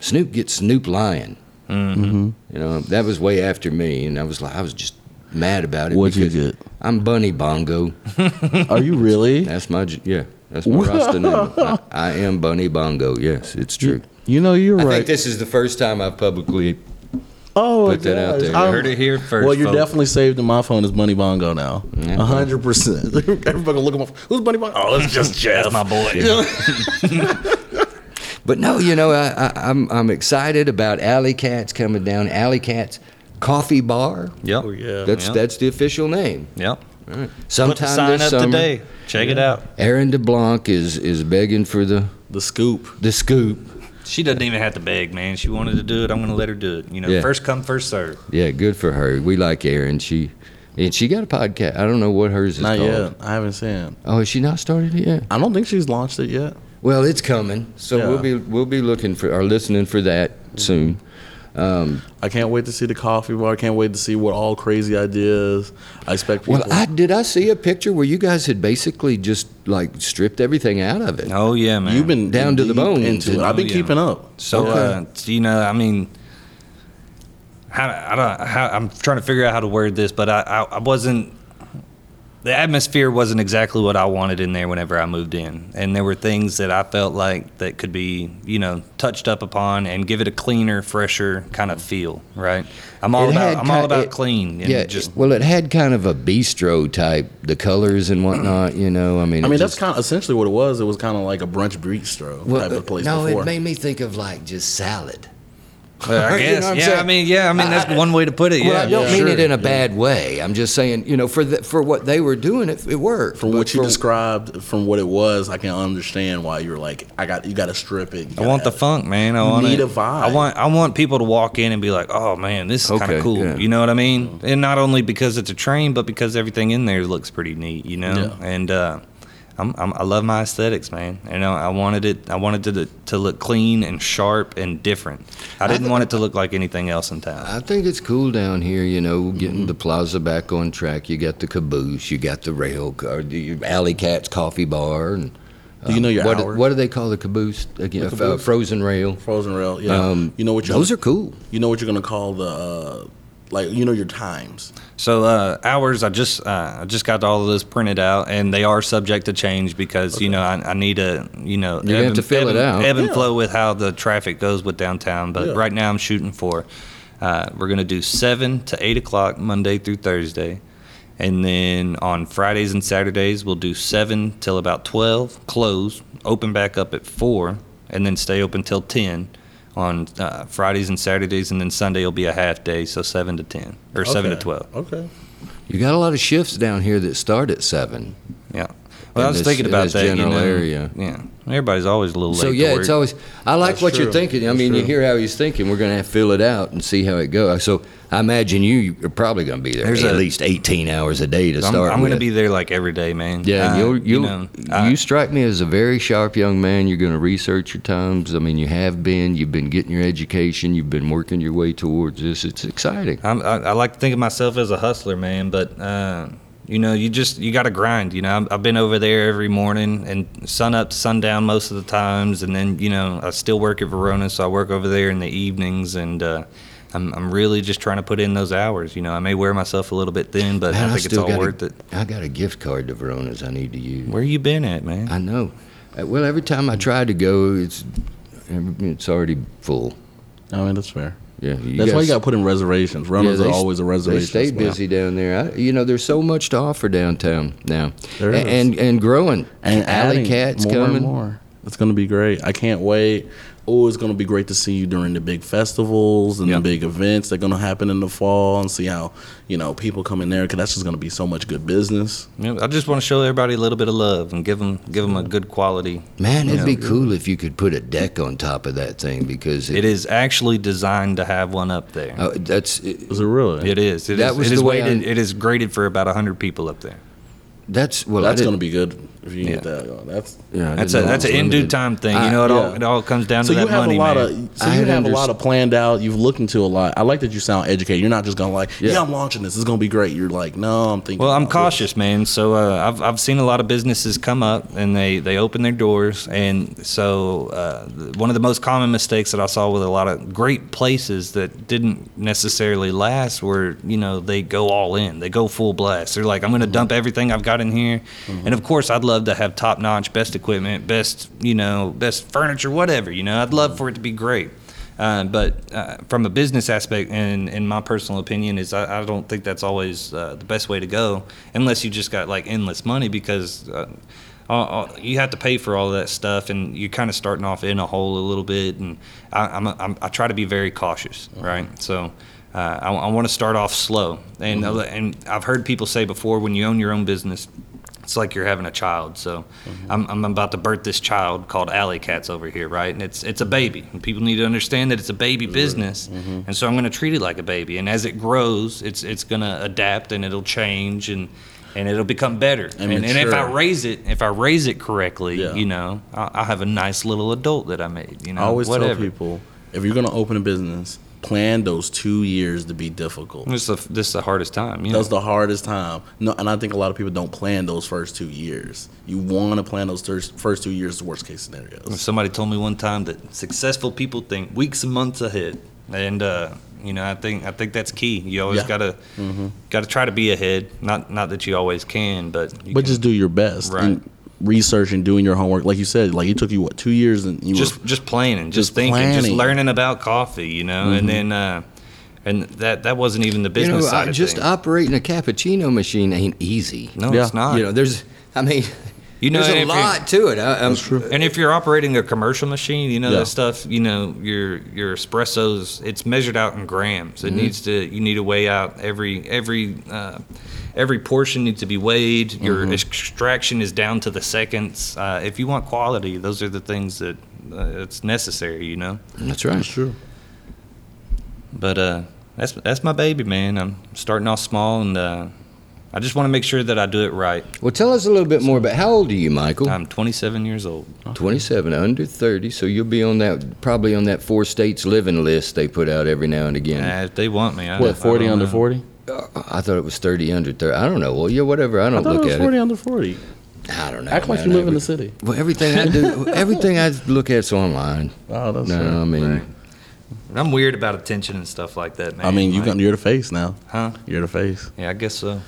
Snoop gets Snoop Lion. Mm-hmm.
Mm-hmm.
You know, that was way after me, and I was like, I was just mad about it.
What'd you
because
get?
I'm Bunny Bongo.
Are you really?
That's my j- yeah. That's
[laughs]
my Rasta name. I, I am Bunny Bongo. Yes, it's true.
You know you're
I
right.
think this is the first time I've publicly.
oh,
put that out
gosh.
there. You
I'm-
Heard it here first.
Well, you're
folks.
definitely saved in my phone as Bunny Bongo now.
Yeah.
A hundred percent. [laughs] Everybody gonna look at my who's Bunny Bongo? Oh, it's just Jeff.
[laughs] That's my
[laughs]
boy.
But no, you know, I, I, I'm I'm excited about Alley Cats coming down. Alley Cats Coffee Bar.
Yep.
Oh, yeah.
That's
yeah.
that's the official name.
Yep. Put the
Sometime
sign
this
up
summer,
today. Check it out.
Aaron DeBlanc is is begging for the
The scoop.
the scoop.
She doesn't even have to beg, man. She wanted to do it. I'm going to let her do it. You know,
Yeah.
first come, first serve.
Yeah, good for her. We like Erin. She and she got a podcast. I don't know what hers is
Not
called.
yet. I haven't seen it.
Oh, has she not started it yet?
I don't think she's launched it yet.
Well, it's coming. So
Yeah.
we'll be we'll be looking for or listening for that soon.
I can't wait to see the coffee bar. I can't wait to see what all crazy ideas. I expect people.
Well, I did I see a picture where you guys had basically just like stripped everything out of it.
Oh, yeah, man.
You've been
Down to the
deep
bones.
into it. I've been
Oh, yeah.
keeping up.
So
Okay.
uh, you know, I mean, how, I don't, how, I'm trying to figure out how to word this, but I, I, I wasn't. The atmosphere wasn't exactly what I wanted in there whenever I moved in, and there were things that I felt like that could be, you know, touched up upon and give it a cleaner, fresher kind of feel. Right? I'm all
It had
about I'm
ki-
all about
it-
clean. And
Yeah,
Just
well, it had kind of a bistro type, the colors and whatnot. You know, I mean,
I
it
mean, that's
just-
kind of essentially what it was. It was kind of like a brunch bistro
well, uh,
type of place
No,
before.
it made me think of like just salad.
well,
[laughs] [laughs] You know
I guess.
what I'm
yeah.
saying?
I mean, yeah. I mean, that's one way to put it.
Well, I
yeah.
don't
yeah.
mean it
Sure,
in a bad way. I'm just saying, you know, for the, for what they were doing, it, it worked.
from
But
what you
for-
described, from what it was, I can understand why you were like, I got you. Got to strip it. You
I want the
gotta-
funk, man. I want
need
it.
a vibe.
I want I want people to walk in and be like, "Oh man, this is kind
Okay,
of cool."
yeah.
You know what I mean? And not only because it's a train, but because everything in there looks pretty neat. You know,
Yeah.
and uh, I'm, I'm I love my aesthetics, man. You know, I wanted it. I wanted it to, to look clean and sharp and different. I didn't want it to look like anything else in town.
I think it's cool down here, you know, getting the plaza back on track. You got the caboose, you got the rail car, the Alley Cat's coffee bar. And, um,
Do you know your
what,
hours?
what do they call the caboose? Again, F- uh, frozen rail.
frozen rail. Yeah.
Um,
you know what? You're,
Those are cool.
You know what you're gonna call the uh, like you know your times.
So uh, hours, I just uh, I just got all of this printed out, and they are subject to change because you know I, I need to you know
You're gonna have to fill
ebb,
it out.
ebb and
Yeah.
flow with how the traffic goes with downtown. But
Yeah.
right now I'm shooting for uh, we're gonna do seven to eight o'clock Monday through Thursday, and then on Fridays and Saturdays we'll do seven till about twelve, close, open back up at four, and then stay open till ten. On uh, Fridays and Saturdays, and then Sunday will be a half day, so seven to ten or seven to
Okay.
twelve.
Okay.
You got a lot of shifts down here that start at seven.
Yeah. Well,
in
I was
this-
thinking
in
about
this
that. you
general
know.
area.
Yeah. Everybody's always a little late.
So
to
yeah,
work.
it's always. I like
That's
what
true.
you're thinking. I
That's
mean, you
true.
hear how he's thinking. We're gonna have to fill it out and see how it goes. So I imagine you are probably gonna be there
There's
at
a-
least 18 hours a day to
I'm,
start.
I'm
with.
going to be there like every day, man.
Yeah,
Uh,
and you'll, you'll, you
know, I-
strike me as a very sharp young man. You're going to research your times. I mean, you have been. You've been getting your education. You've been working your way towards this. It's exciting.
I'm, I, I like to think of myself as a hustler, man. But uh, you know, you just you got to grind. You know, I'm, I've been over there every morning and sun up to sundown most of the times, and then you know I still work at Verona, so I work over there in the evenings and. Uh, I'm, I'm really just trying to put in those hours. You know, I may wear myself a little bit thin, but
Man,
I think it's
still
all
got
worth
a,
it.
I got a gift card to Verona's I need to use.
Where you been at, man?
I know. Uh, Well, every time I try to go, it's it's already full.
I mean that's fair.
Yeah, you
that's why
guys-
you got to put in reservations. Runners
they
are
s-
always a reservation.
They stay
spot.
busy down there. I, you know, there's so much to offer downtown now,
There
A-
is.
and and growing.
and
alley
adding
cats
more
coming.
And more. It's gonna be great. I can't wait. Oh, it's gonna be great to see you during the big festivals and
Yeah.
the big events that are gonna happen in the fall, and see how you know people come in there because that's just gonna be so much good business.
You know, I just want to show everybody a little bit of love and give them give 'em a good quality.
Man, it'd
Yeah.
be cool if you could put a deck on top of that thing because it,
It is actually designed to have one up there.
Uh, that's it,
Is it really?
It is. It
That
is-
was
it is
the way
weighted-
I-
it is graded for about hundred people up there.
that's well.
that's
I
gonna
didn't-
be good if you
Yeah.
get that. That's
yeah, I
That's a
didn't know
that's
it
an
was
in due
limited.
time thing.
I-
you know, it all
yeah.
it all comes down
so
to
you
that
have
money,
a lot
man.
of so
I
you
had
have a
underst-
lot of planned out. You've looked into a lot. I like that you sound educated. You're not just gonna like, yeah,
Yeah.
I'm launching this. It's gonna be great. You're like, no, I'm thinking.
well, I'm
about this."
cautious, man. So uh, I've I've seen a lot of businesses come up and they they open their doors, and so uh, th- one of the most common mistakes that I saw with a lot of great places that didn't necessarily last were you know they go all in, they go full blast. They're like, I'm going to
Mm-hmm.
dump everything I've got in here, and of course I'd love to have top notch, best equipment, best you know best furniture, whatever. You know, I'd love for it to be great. Uh, but uh, from a business aspect, and in my personal opinion, is I, I don't think that's always uh, the best way to go, unless you just got like endless money, because uh, all, all, you have to pay for all that stuff, and you're kind of starting off in a hole a little bit. And I, I'm, a- I'm I try to be very cautious, right? So. Uh, I, want to start off slow, and and I've heard people say before when you own your own business, it's like you're having a child. So
Mm-hmm.
I'm, I'm about to birth this child called Alley Cats over here, right? And it's it's a baby. And people need to understand that it's a baby business.
Mm-hmm.
And so I'm going to treat it like a baby. And as it grows, it's it's going to adapt and it'll change and and it'll become better.
And
And, and, if I
mature.
raise it, if I raise it correctly,
Yeah.
you know, I'll, I'll have a nice little adult that I made. You know,
I always
whatever.
tell people if you're gonna open a business, plan those two years to be difficult.
This is the, this is the hardest time. You know?
That's the hardest time. No, and I think a lot of people don't plan those first two years. You want to plan those thir- first two years, worst case scenarios.
Somebody told me one time that successful people think weeks and months ahead, and uh, you know, I think I think that's key. You always
Yeah.
gotta
Mm-hmm.
gotta try to be ahead. Not not that you always can, but you
But
can-
just do your best.
Right.
And research and doing your homework, like you said, like it took you what two years, and you
just
were,
just planning, just,
Just
thinking, just
planning.
learning about coffee, you know, and then uh, and that that wasn't even the
Mm-hmm. You
business
know,
side
I,
of
just
things.
operating a cappuccino machine ain't easy.
no,
Yeah.
it's not.
You know, there's. I mean,
You know,
there's
and
a
if you-
lot to it. I, I'm, that's true.
And if you're operating a commercial machine, you know
Yeah.
that stuff. You know your your espressos. It's measured out in grams.
Mm-hmm.
It needs to. You need to weigh out every every uh, every portion needs to be weighed. Your
Mm-hmm.
extraction is down to the seconds. Uh, if you want quality, those are the things that uh, it's necessary. You know.
That's right.
true.
But uh, that's that's my baby, man. I'm starting off small, and uh, I just want to make sure that I do it right.
Well, tell us a little bit more about how old are you, Michael?
I'm 27 years old.
27, under 30. So you'll be on that probably on that four states living list they put out every now and again.
Uh, if they want me, I, I
What forty
don't
under
know.
forty?
Uh, I thought it was 30 under 30. I don't know. Well, yeah, whatever. I
I
don't
thought it
look
was
at
forty under forty.
it. I don't know.
Act like
man.
you live
I-
in the city. [laughs]
Well, everything I do, everything I look at's online.
Oh, that's
No, I mean,
I'm weird about attention and stuff like that, man.
I mean, you
Like,
got, you're the face now.
huh?
You're the face.
Yeah, I guess so.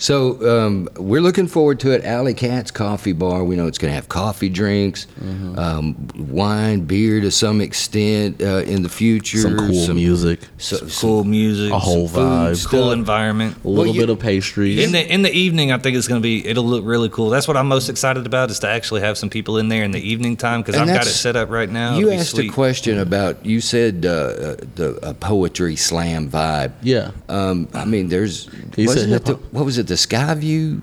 So um, we're looking forward to it. Alley Cat's Coffee Bar. We know it's going to have coffee drinks,
Mm-hmm.
um, wine, beer to some extent uh, in the future.
Some cool music.
so- so-
cool music,
a whole
some food,
vibe.
cool environment.
A little
you-
bit of pastries.
In the in the evening, I think it's going to be. It'll look really cool. That's what I'm most excited about is to actually have some people in there in the evening time because
And
I've got it
that's-
set up right now.
you
It'll be
asked
sweet.
a question about you said uh, uh, the a poetry slam vibe.
yeah.
Um, I mean, there's
He said
wasn't it the,
hip-hop.
what was it the Skyview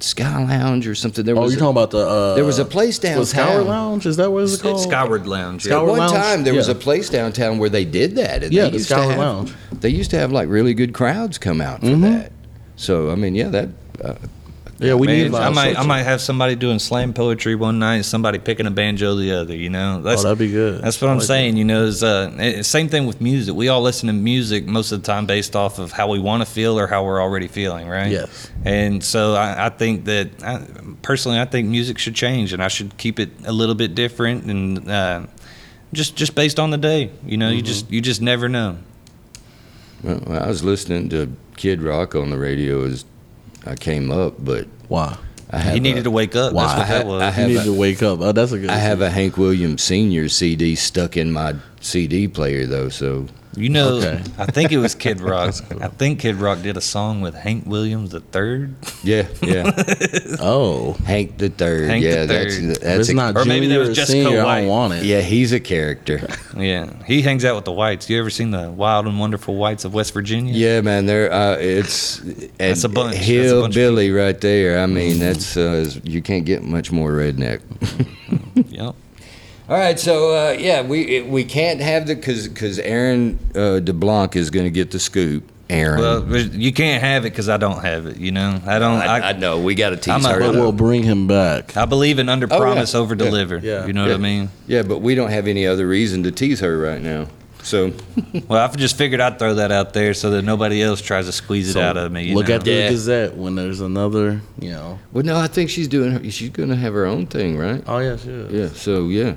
Sky Lounge or something? There
Oh,
was
you're talking about the. Uh,
there was a place
was it Skyward
downtown.
Lounge? Is that what it's
It's, it's
called?
Skyward Lounge.
at
Skyward-
one
Yeah.
Lounge?
time there was
Yeah.
a place downtown where they did that. And
Yeah,
they
the
used to
Skyward
have-
Lounge. Mm-hmm.
They used to have like really good crowds come out for that. So I mean, yeah, that uh,
Yeah, we
Man,
need.
I might, I might have somebody doing slam poetry one night, and somebody picking a banjo the other. You know, that's,
Oh, that'd be good.
That's what
I
I'm
like
saying. You know, is uh, it- it's same thing with music. We all listen to music most of the time based off of how we want to feel or how we're already feeling, right?
Yes.
And so I, I think that I, personally, I think music should change, and I should keep it a little bit different, and uh, just just based on the day. You know, you
Mm-hmm.
just you just never know.
well, I was listening to Kid Rock on the radio as I came up, but
Why?
I have
He
a-
needed to wake up.
Why?
That's what
I
that
ha-
was.
I
You
have
need
a-
to wake up. Oh, that's a good.
I have a Hank Williams Senior CD stuck in my CD player though, so
You know,
Okay.
I think it
[laughs]
was Kid Rock. I think Kid Rock did a song with Hank Williams the third,
yeah,
[laughs]
yeah.
Oh,
Hank the Third,
Hank the
yeah,
Third.
that's
if
that's
it's
a-
not.
or maybe that
junior
was
or
Jessica
senior, I
White.
don't want it.
yeah, he's a
[laughs]
character.
Yeah, he hangs out with the whites. You ever seen the wild and wonderful whites of West Virginia?
Yeah, man, there. Uh, it's
That's a
and
bunch. That's a bunch of
Hillbilly right there. I mean, that's uh, you can't get much more redneck.
Yep.
All right, so uh, yeah, we it- we can't have the because because Aaron uh, DeBlanc is going to get the scoop. Aaron,
Well, there's- you can't have it because I don't have it. You know, I don't.
I,
I,
I
I,
know we got to tease
I'm a-
her.
But
though.
we'll bring him back.
believe in under
Oh, yeah.
promise, over
Yeah.
deliver.
Yeah.
You know
Yeah.
what I mean?
yeah, but we don't have any other reason to tease her right now. So
Well, I just figured I'd throw that out there so that nobody else tries to squeeze
So
it out of me. you
look
know?
at the
Yeah.
Gazette when there's another. You know.
well, no, I think she's doing. Her, she's going to have her own thing, right?
Oh yeah, sure.
Yeah. So yeah,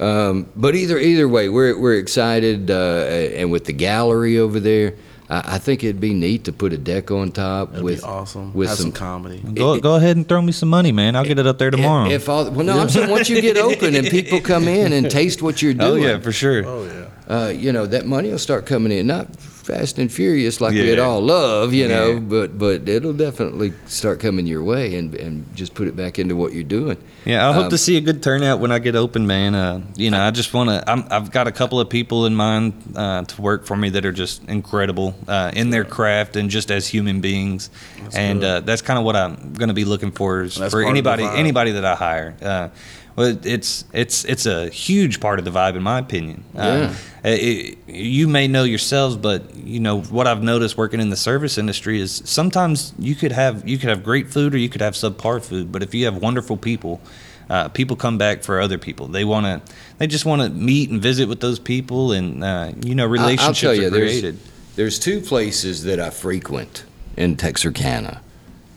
um, but either either way, we're we're excited, uh, and with the gallery over there, I, I think it'd be neat to put a deck on top
That'd
with
be awesome.
with
have some,
some.
comedy.
Go, go ahead and throw me some money, man. I'll get it up there tomorrow.
If all, well, no, I'm saying once you get open and people come in and taste what you're
[laughs] oh
doing,
yeah, for sure.
Oh yeah.
uh, you know that money will start coming in. Not fast and furious like we'd
Yeah.
all love, you know,
Yeah.
but but it'll definitely start coming your way, and and just put it back into what you're doing.
Yeah, I hope
Um,
to see a good turnout when I get open, man. Uh, you know, I just want to. I've got a couple of people in mind uh, to work for me that are just incredible uh, in their craft and just as human beings, and uh, that's kind of what I'm going to be looking for is
That's
for
part of the
anybody
vibe.
anybody that I hire. Uh, well, it's it's it's a huge part of the vibe, in my opinion. Uh, it, you may know yourselves, but you know what I've noticed working in the service industry is sometimes you could have you could have great food or you could have subpar food, but if you have wonderful people, uh, people come back for other people. They want to they just want to meet and visit with those people, and uh, you know
I- I'll
relationships
tell you,
are
there's-
created.
There's two places that I frequent in Texarkana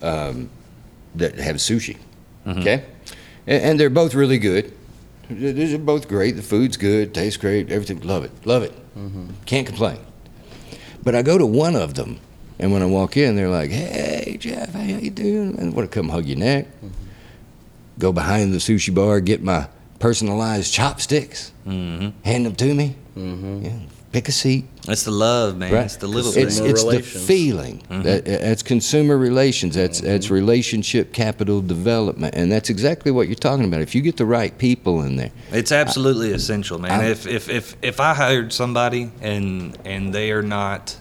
um, that have sushi. Okay, and, and they're both really good. Th- These are both great. The food's good, tastes great, everything. Love it, love it. Can't complain. But I go to one of them, and when I walk in, they're like, "Hey, Jeff, how you doing?" And want to come hug your neck. Go behind the sushi bar, get my personalized chopsticks, hand them to me. Yeah, pick a seat.
It's the love, man.
Right.
It's the little Mm-hmm.
It's,
things.
Consumer
it's the
relations.
feeling. That, that's consumer relations.
Mm-hmm.
That's that's relationship capital development, and that's exactly what you're talking about. If you get the right people in there,
It's absolutely essential, man.
I-
if, if if if I hired somebody and and they are not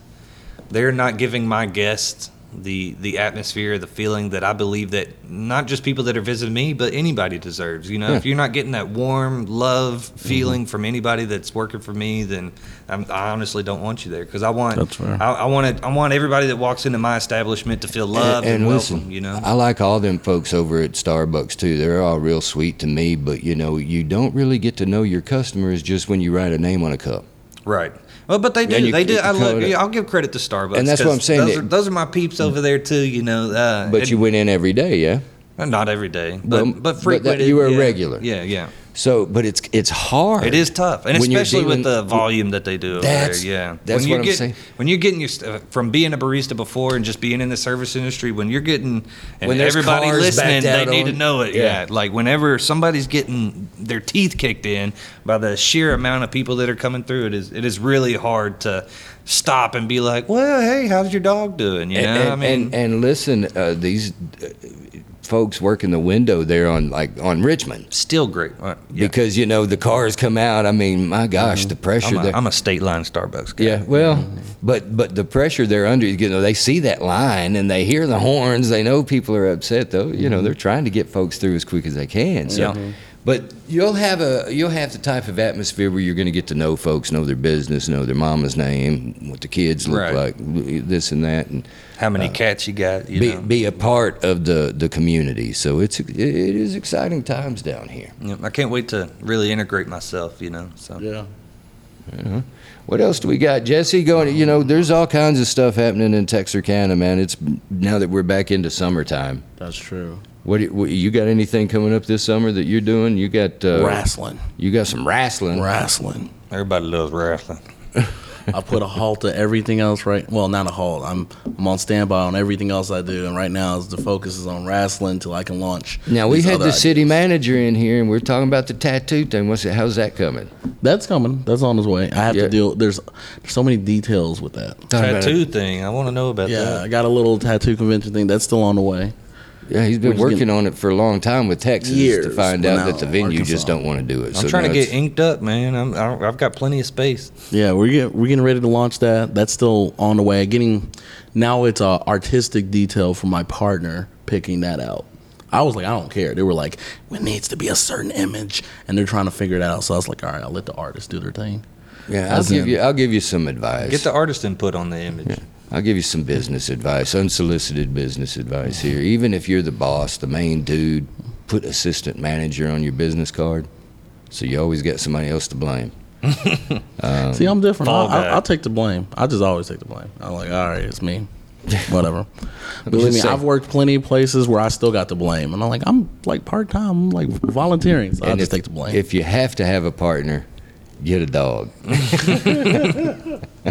they are not giving my guests the the atmosphere, the feeling that I believe that not just people that are visiting me, but anybody deserves. You know, if
Yeah.
you're not getting that warm love feeling from anybody that's working for me, then I'm, I honestly don't want you there because I want
That's fair.
I, I want to I want everybody that walks into my establishment to feel loved and, welcome. you know,
I like all them folks over at Starbucks too. They're all real sweet to me, but you know, you don't really get to know your customers just when you write a name on a cup.
Right. Well, but they do.
And you-
they do.
you
I
call
love,
it-
yeah, I'll give credit to Starbucks.
And that's what I'm
'cause
saying,
Those
that- Mm.
are, those are my peeps over there too. You know. Uh,
But
and-
you went in every day, yeah.
not every day, but
Well, but
but
that-
frequently
you were a
yeah.
regular.
Yeah, yeah.
So, but it's it's hard.
It is tough, and
when you're
especially with the
dealing-
volume that they do. Over
That's-
there. yeah.
that's
when you
what I'm
get,
saying.
When you're getting your st- from being a barista before and just being in the service industry, when you're getting and
When there's
everybody
cars
listening,
backed
they
out
need to
on-
know it. Yeah.
Yeah.
like whenever somebody's getting their teeth kicked in by the sheer amount of people that are coming through, it is it is really hard to stop and be like, well, hey, how's your dog doing? You know,
and, and,
I mean,
and, and listen, uh, these uh, folks work in the window there on like on Richmond
still great. Uh, yeah. Mm-hmm.
because you know the cars come out. I mean, my gosh, the pressure
I'm Mm-hmm. a,
there.
I'm a state line Starbucks guy.
yeah, well, but but the pressure they're under, you know, they see that line and they hear the horns. They know people are upset though. You know, they're trying to get folks through as quick as they can. So.
Mm-hmm. Yeah. Mm-hmm.
But you'll have a you'll have the type of atmosphere where you're going to get to know folks, know their business, know their mama's name, what the kids look
Right.
like, this and that, and
How many cats you got? You
Uh, be,
know?
be a part of the, the community. So it's it is exciting times down here.
Yeah, I can't wait to really integrate myself, you know. So
Yeah.
What else do we got, Jesse? Going, you know, there's all kinds of stuff happening in Texarkana, man. It's now that we're back into summertime.
That's true.
What, do you- what you got? Anything coming up this summer that you're doing? You got uh,
[laughs] wrestling.
You got some wrestling.
Wrestling.
everybody loves wrestling.
I put a halt to everything else right well not a halt. I'm I'm on standby on everything else I do and right now is the focus is on wrestling until I can launch.
Now we
these
had
other
the
ideas.
city manager in here, and we are talking about the tattoo thing. What's it? How's that coming?
That's coming. That's on its way. I have
Yeah.
to deal there's there's so many details with that.
Talking about
Tattoo thing, I want to know about
Yeah, I got a little tattoo convention thing that's still on the way.
it. Yeah, he's
We're
been
just
working on it for a long time with Texas to
Years
find
from
out
now,
that the venue
Arkansas.
just don't want to do it.
that. I'm trying to
now
get
it's-
inked up, man. I'm, I don't, I've got plenty of space.
Yeah, we're get, we're getting ready to launch that. That's still on the way. Getting now it's a artistic detail from my partner picking that out. I was like, I don't care. They were like, it needs to be a certain image, and they're trying to figure that out. So I was like, all right, I'll let the artist do their thing.
Yeah, I'll
As
give
in-
you. I'll give you some advice.
Get the artist input on the image.
I'll give you some business advice, unsolicited business advice here. Even if you're the boss, the main dude, put assistant manager on your business card, so you always got somebody else to blame. Um,
See, I'm different. I'll,
Fall
I'll,
back.
I'll take the blame. I just always take the blame. I'm like, all right,
[laughs]
it's me. Whatever. Believe me,
Just say-
I've worked plenty of places where I still got the blame, and I'm like, I'm like part time, I'm like volunteering, so I
And
just
if-
take the blame.
If you have to have a partner, get a dog.
I'm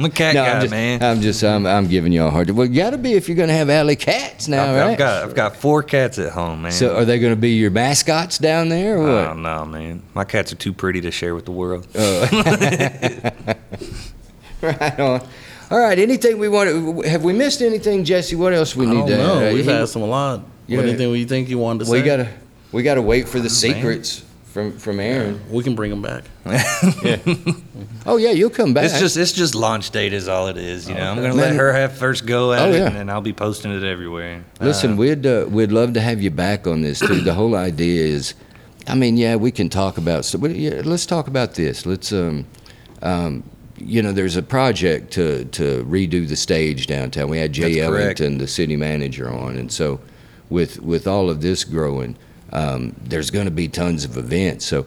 a cat guy,
I'm just,
man.
I'm just, I'm, I'm giving y'all a hard. Well, got to be if you're going to have alley cats now,
I've,
right?
I've got I've got four cats at home, man. Um.
so, are they going to be your mascots down there? Or
I
what? Oh.
don't know, man. My cats are too pretty to share with the world.
[laughs] right on. All right. Anything we want? to Have we missed anything, Jesse? What else we
I
need
don't
to?
know.
uh,
We've
he-
asked him a lot.
Yeah.
What do you think? What you think you wanted to
We
say?
gotta we gotta wait for the secrets from from Aaron.
We can bring him back.
Oh yeah, you'll come back.
it's just it's just launch date is all it is, you know. I'm gonna let
Man.
her have first go at
Oh,
it,
yeah.
and then I'll be posting it everywhere.
listen. we'd uh, we'd love to have you back on this too. The whole idea is, I mean, yeah, we can talk about. So, but yeah, let's talk about this. Let's um. um you know, there's a project to, to redo the stage downtown. We had Jay
That's correct.
Ellington, the city manager, on, and so with with all of this growing, um, there's going to be tons of events. So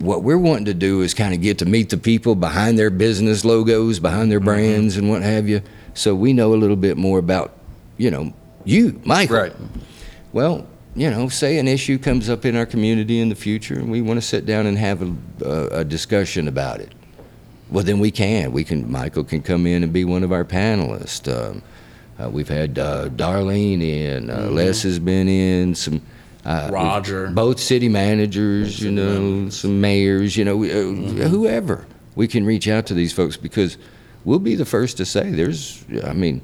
what we're wanting to do is kind of get to meet the people behind their business logos, behind their brands, and what have you. So we know a little bit more about, you know, you, Michael.
Right.
Well, you know, say an issue comes up in our community in the future, and we want to sit down and have a, a, a discussion about it. Well, then we can. We can. Michael can come in and be one of our panelists. Um, uh, we've had uh, Darlene in. Uh, Les has been in. Some uh,
Roger.
both city managers, you know, some mayors, you know, we- uh,
Mm-hmm.
whoever. We can reach out to these folks because we'll be the first to say there's, I mean,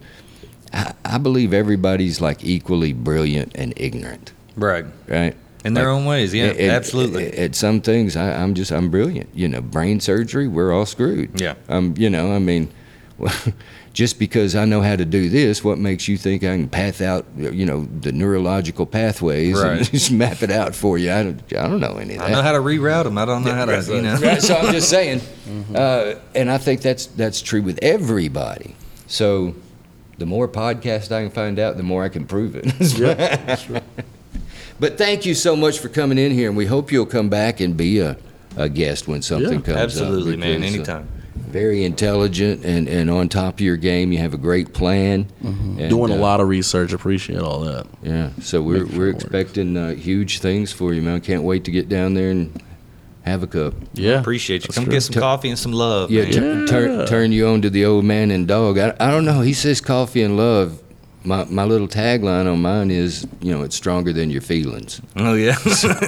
I, I believe everybody's like equally brilliant and ignorant,
Right.
right?
In their
Like,
own ways, yeah.
at- at-
absolutely.
At, at some things, I, I'm just, I'm brilliant. You know, brain surgery, we're all screwed.
Yeah.
Um, you know, I mean, [laughs] just because I know how to do this, what makes you think I can path out, you know, the neurological pathways
Right.
and [laughs] just map it out for you? I don't, I don't know any of that.
I know how to reroute them. I don't know how to, you know.
[laughs] Right, so I'm just saying, uh, and I think that's that's true with everybody. So the more podcasts I can find out, the more I can prove it. [laughs] But thank you so much for coming in here, and we hope you'll come back and be a, a guest when something
Yeah,
comes up.
Absolutely, man.
because, uh,
Anytime.
very intelligent and, and on top of your game. You have a great plan. and,
Mm-hmm. Doing a
uh,
lot of research. Appreciate all that.
Yeah, so we're
Make sure
we're
it works.
expecting uh, huge things for you, man. Can't wait to get down there and Have a cup.
Yeah.
Appreciate you.
That's
Come
true.
get some coffee and some love.
Yeah,
man.
tu- turn turn you on to the old man and dog. I, I don't know. He says coffee and love. My my little tagline on mine is you know it's stronger than your feelings.
Oh [laughs] yeah.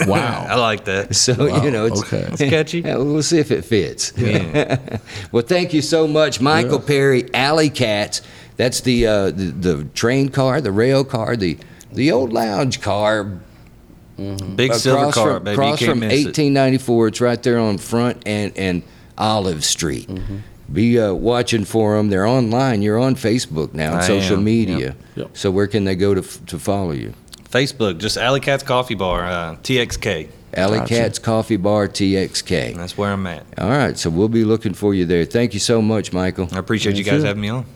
Wow.
I like that.
So you know it's,
okay.
It's catchy.
[laughs] Yeah, we'll see if it fits. [laughs] well, thank you so much, Michael Perry, Alley Cats. That's the, uh, the the train car, the rail car, the the old lounge car
Big silver
across
car,
from,
baby.
across
you can't
from
miss it.
1894. It's right there on Front and, and Olive Street.
Mm-hmm.
Be uh, watching for them. They're online. You're on Facebook now, and
I
social
am,
media.
Yep.
So where can they go to f- to follow you?
Facebook, just Alley Cat's Coffee Bar, uh, TXK.
Alley
Gotcha.
Cats Coffee Bar TXK.
And that's where I'm at.
All right, so we'll be looking for you there. Thank you so much, Michael.
I appreciate you
That's
guys
it.
having me on.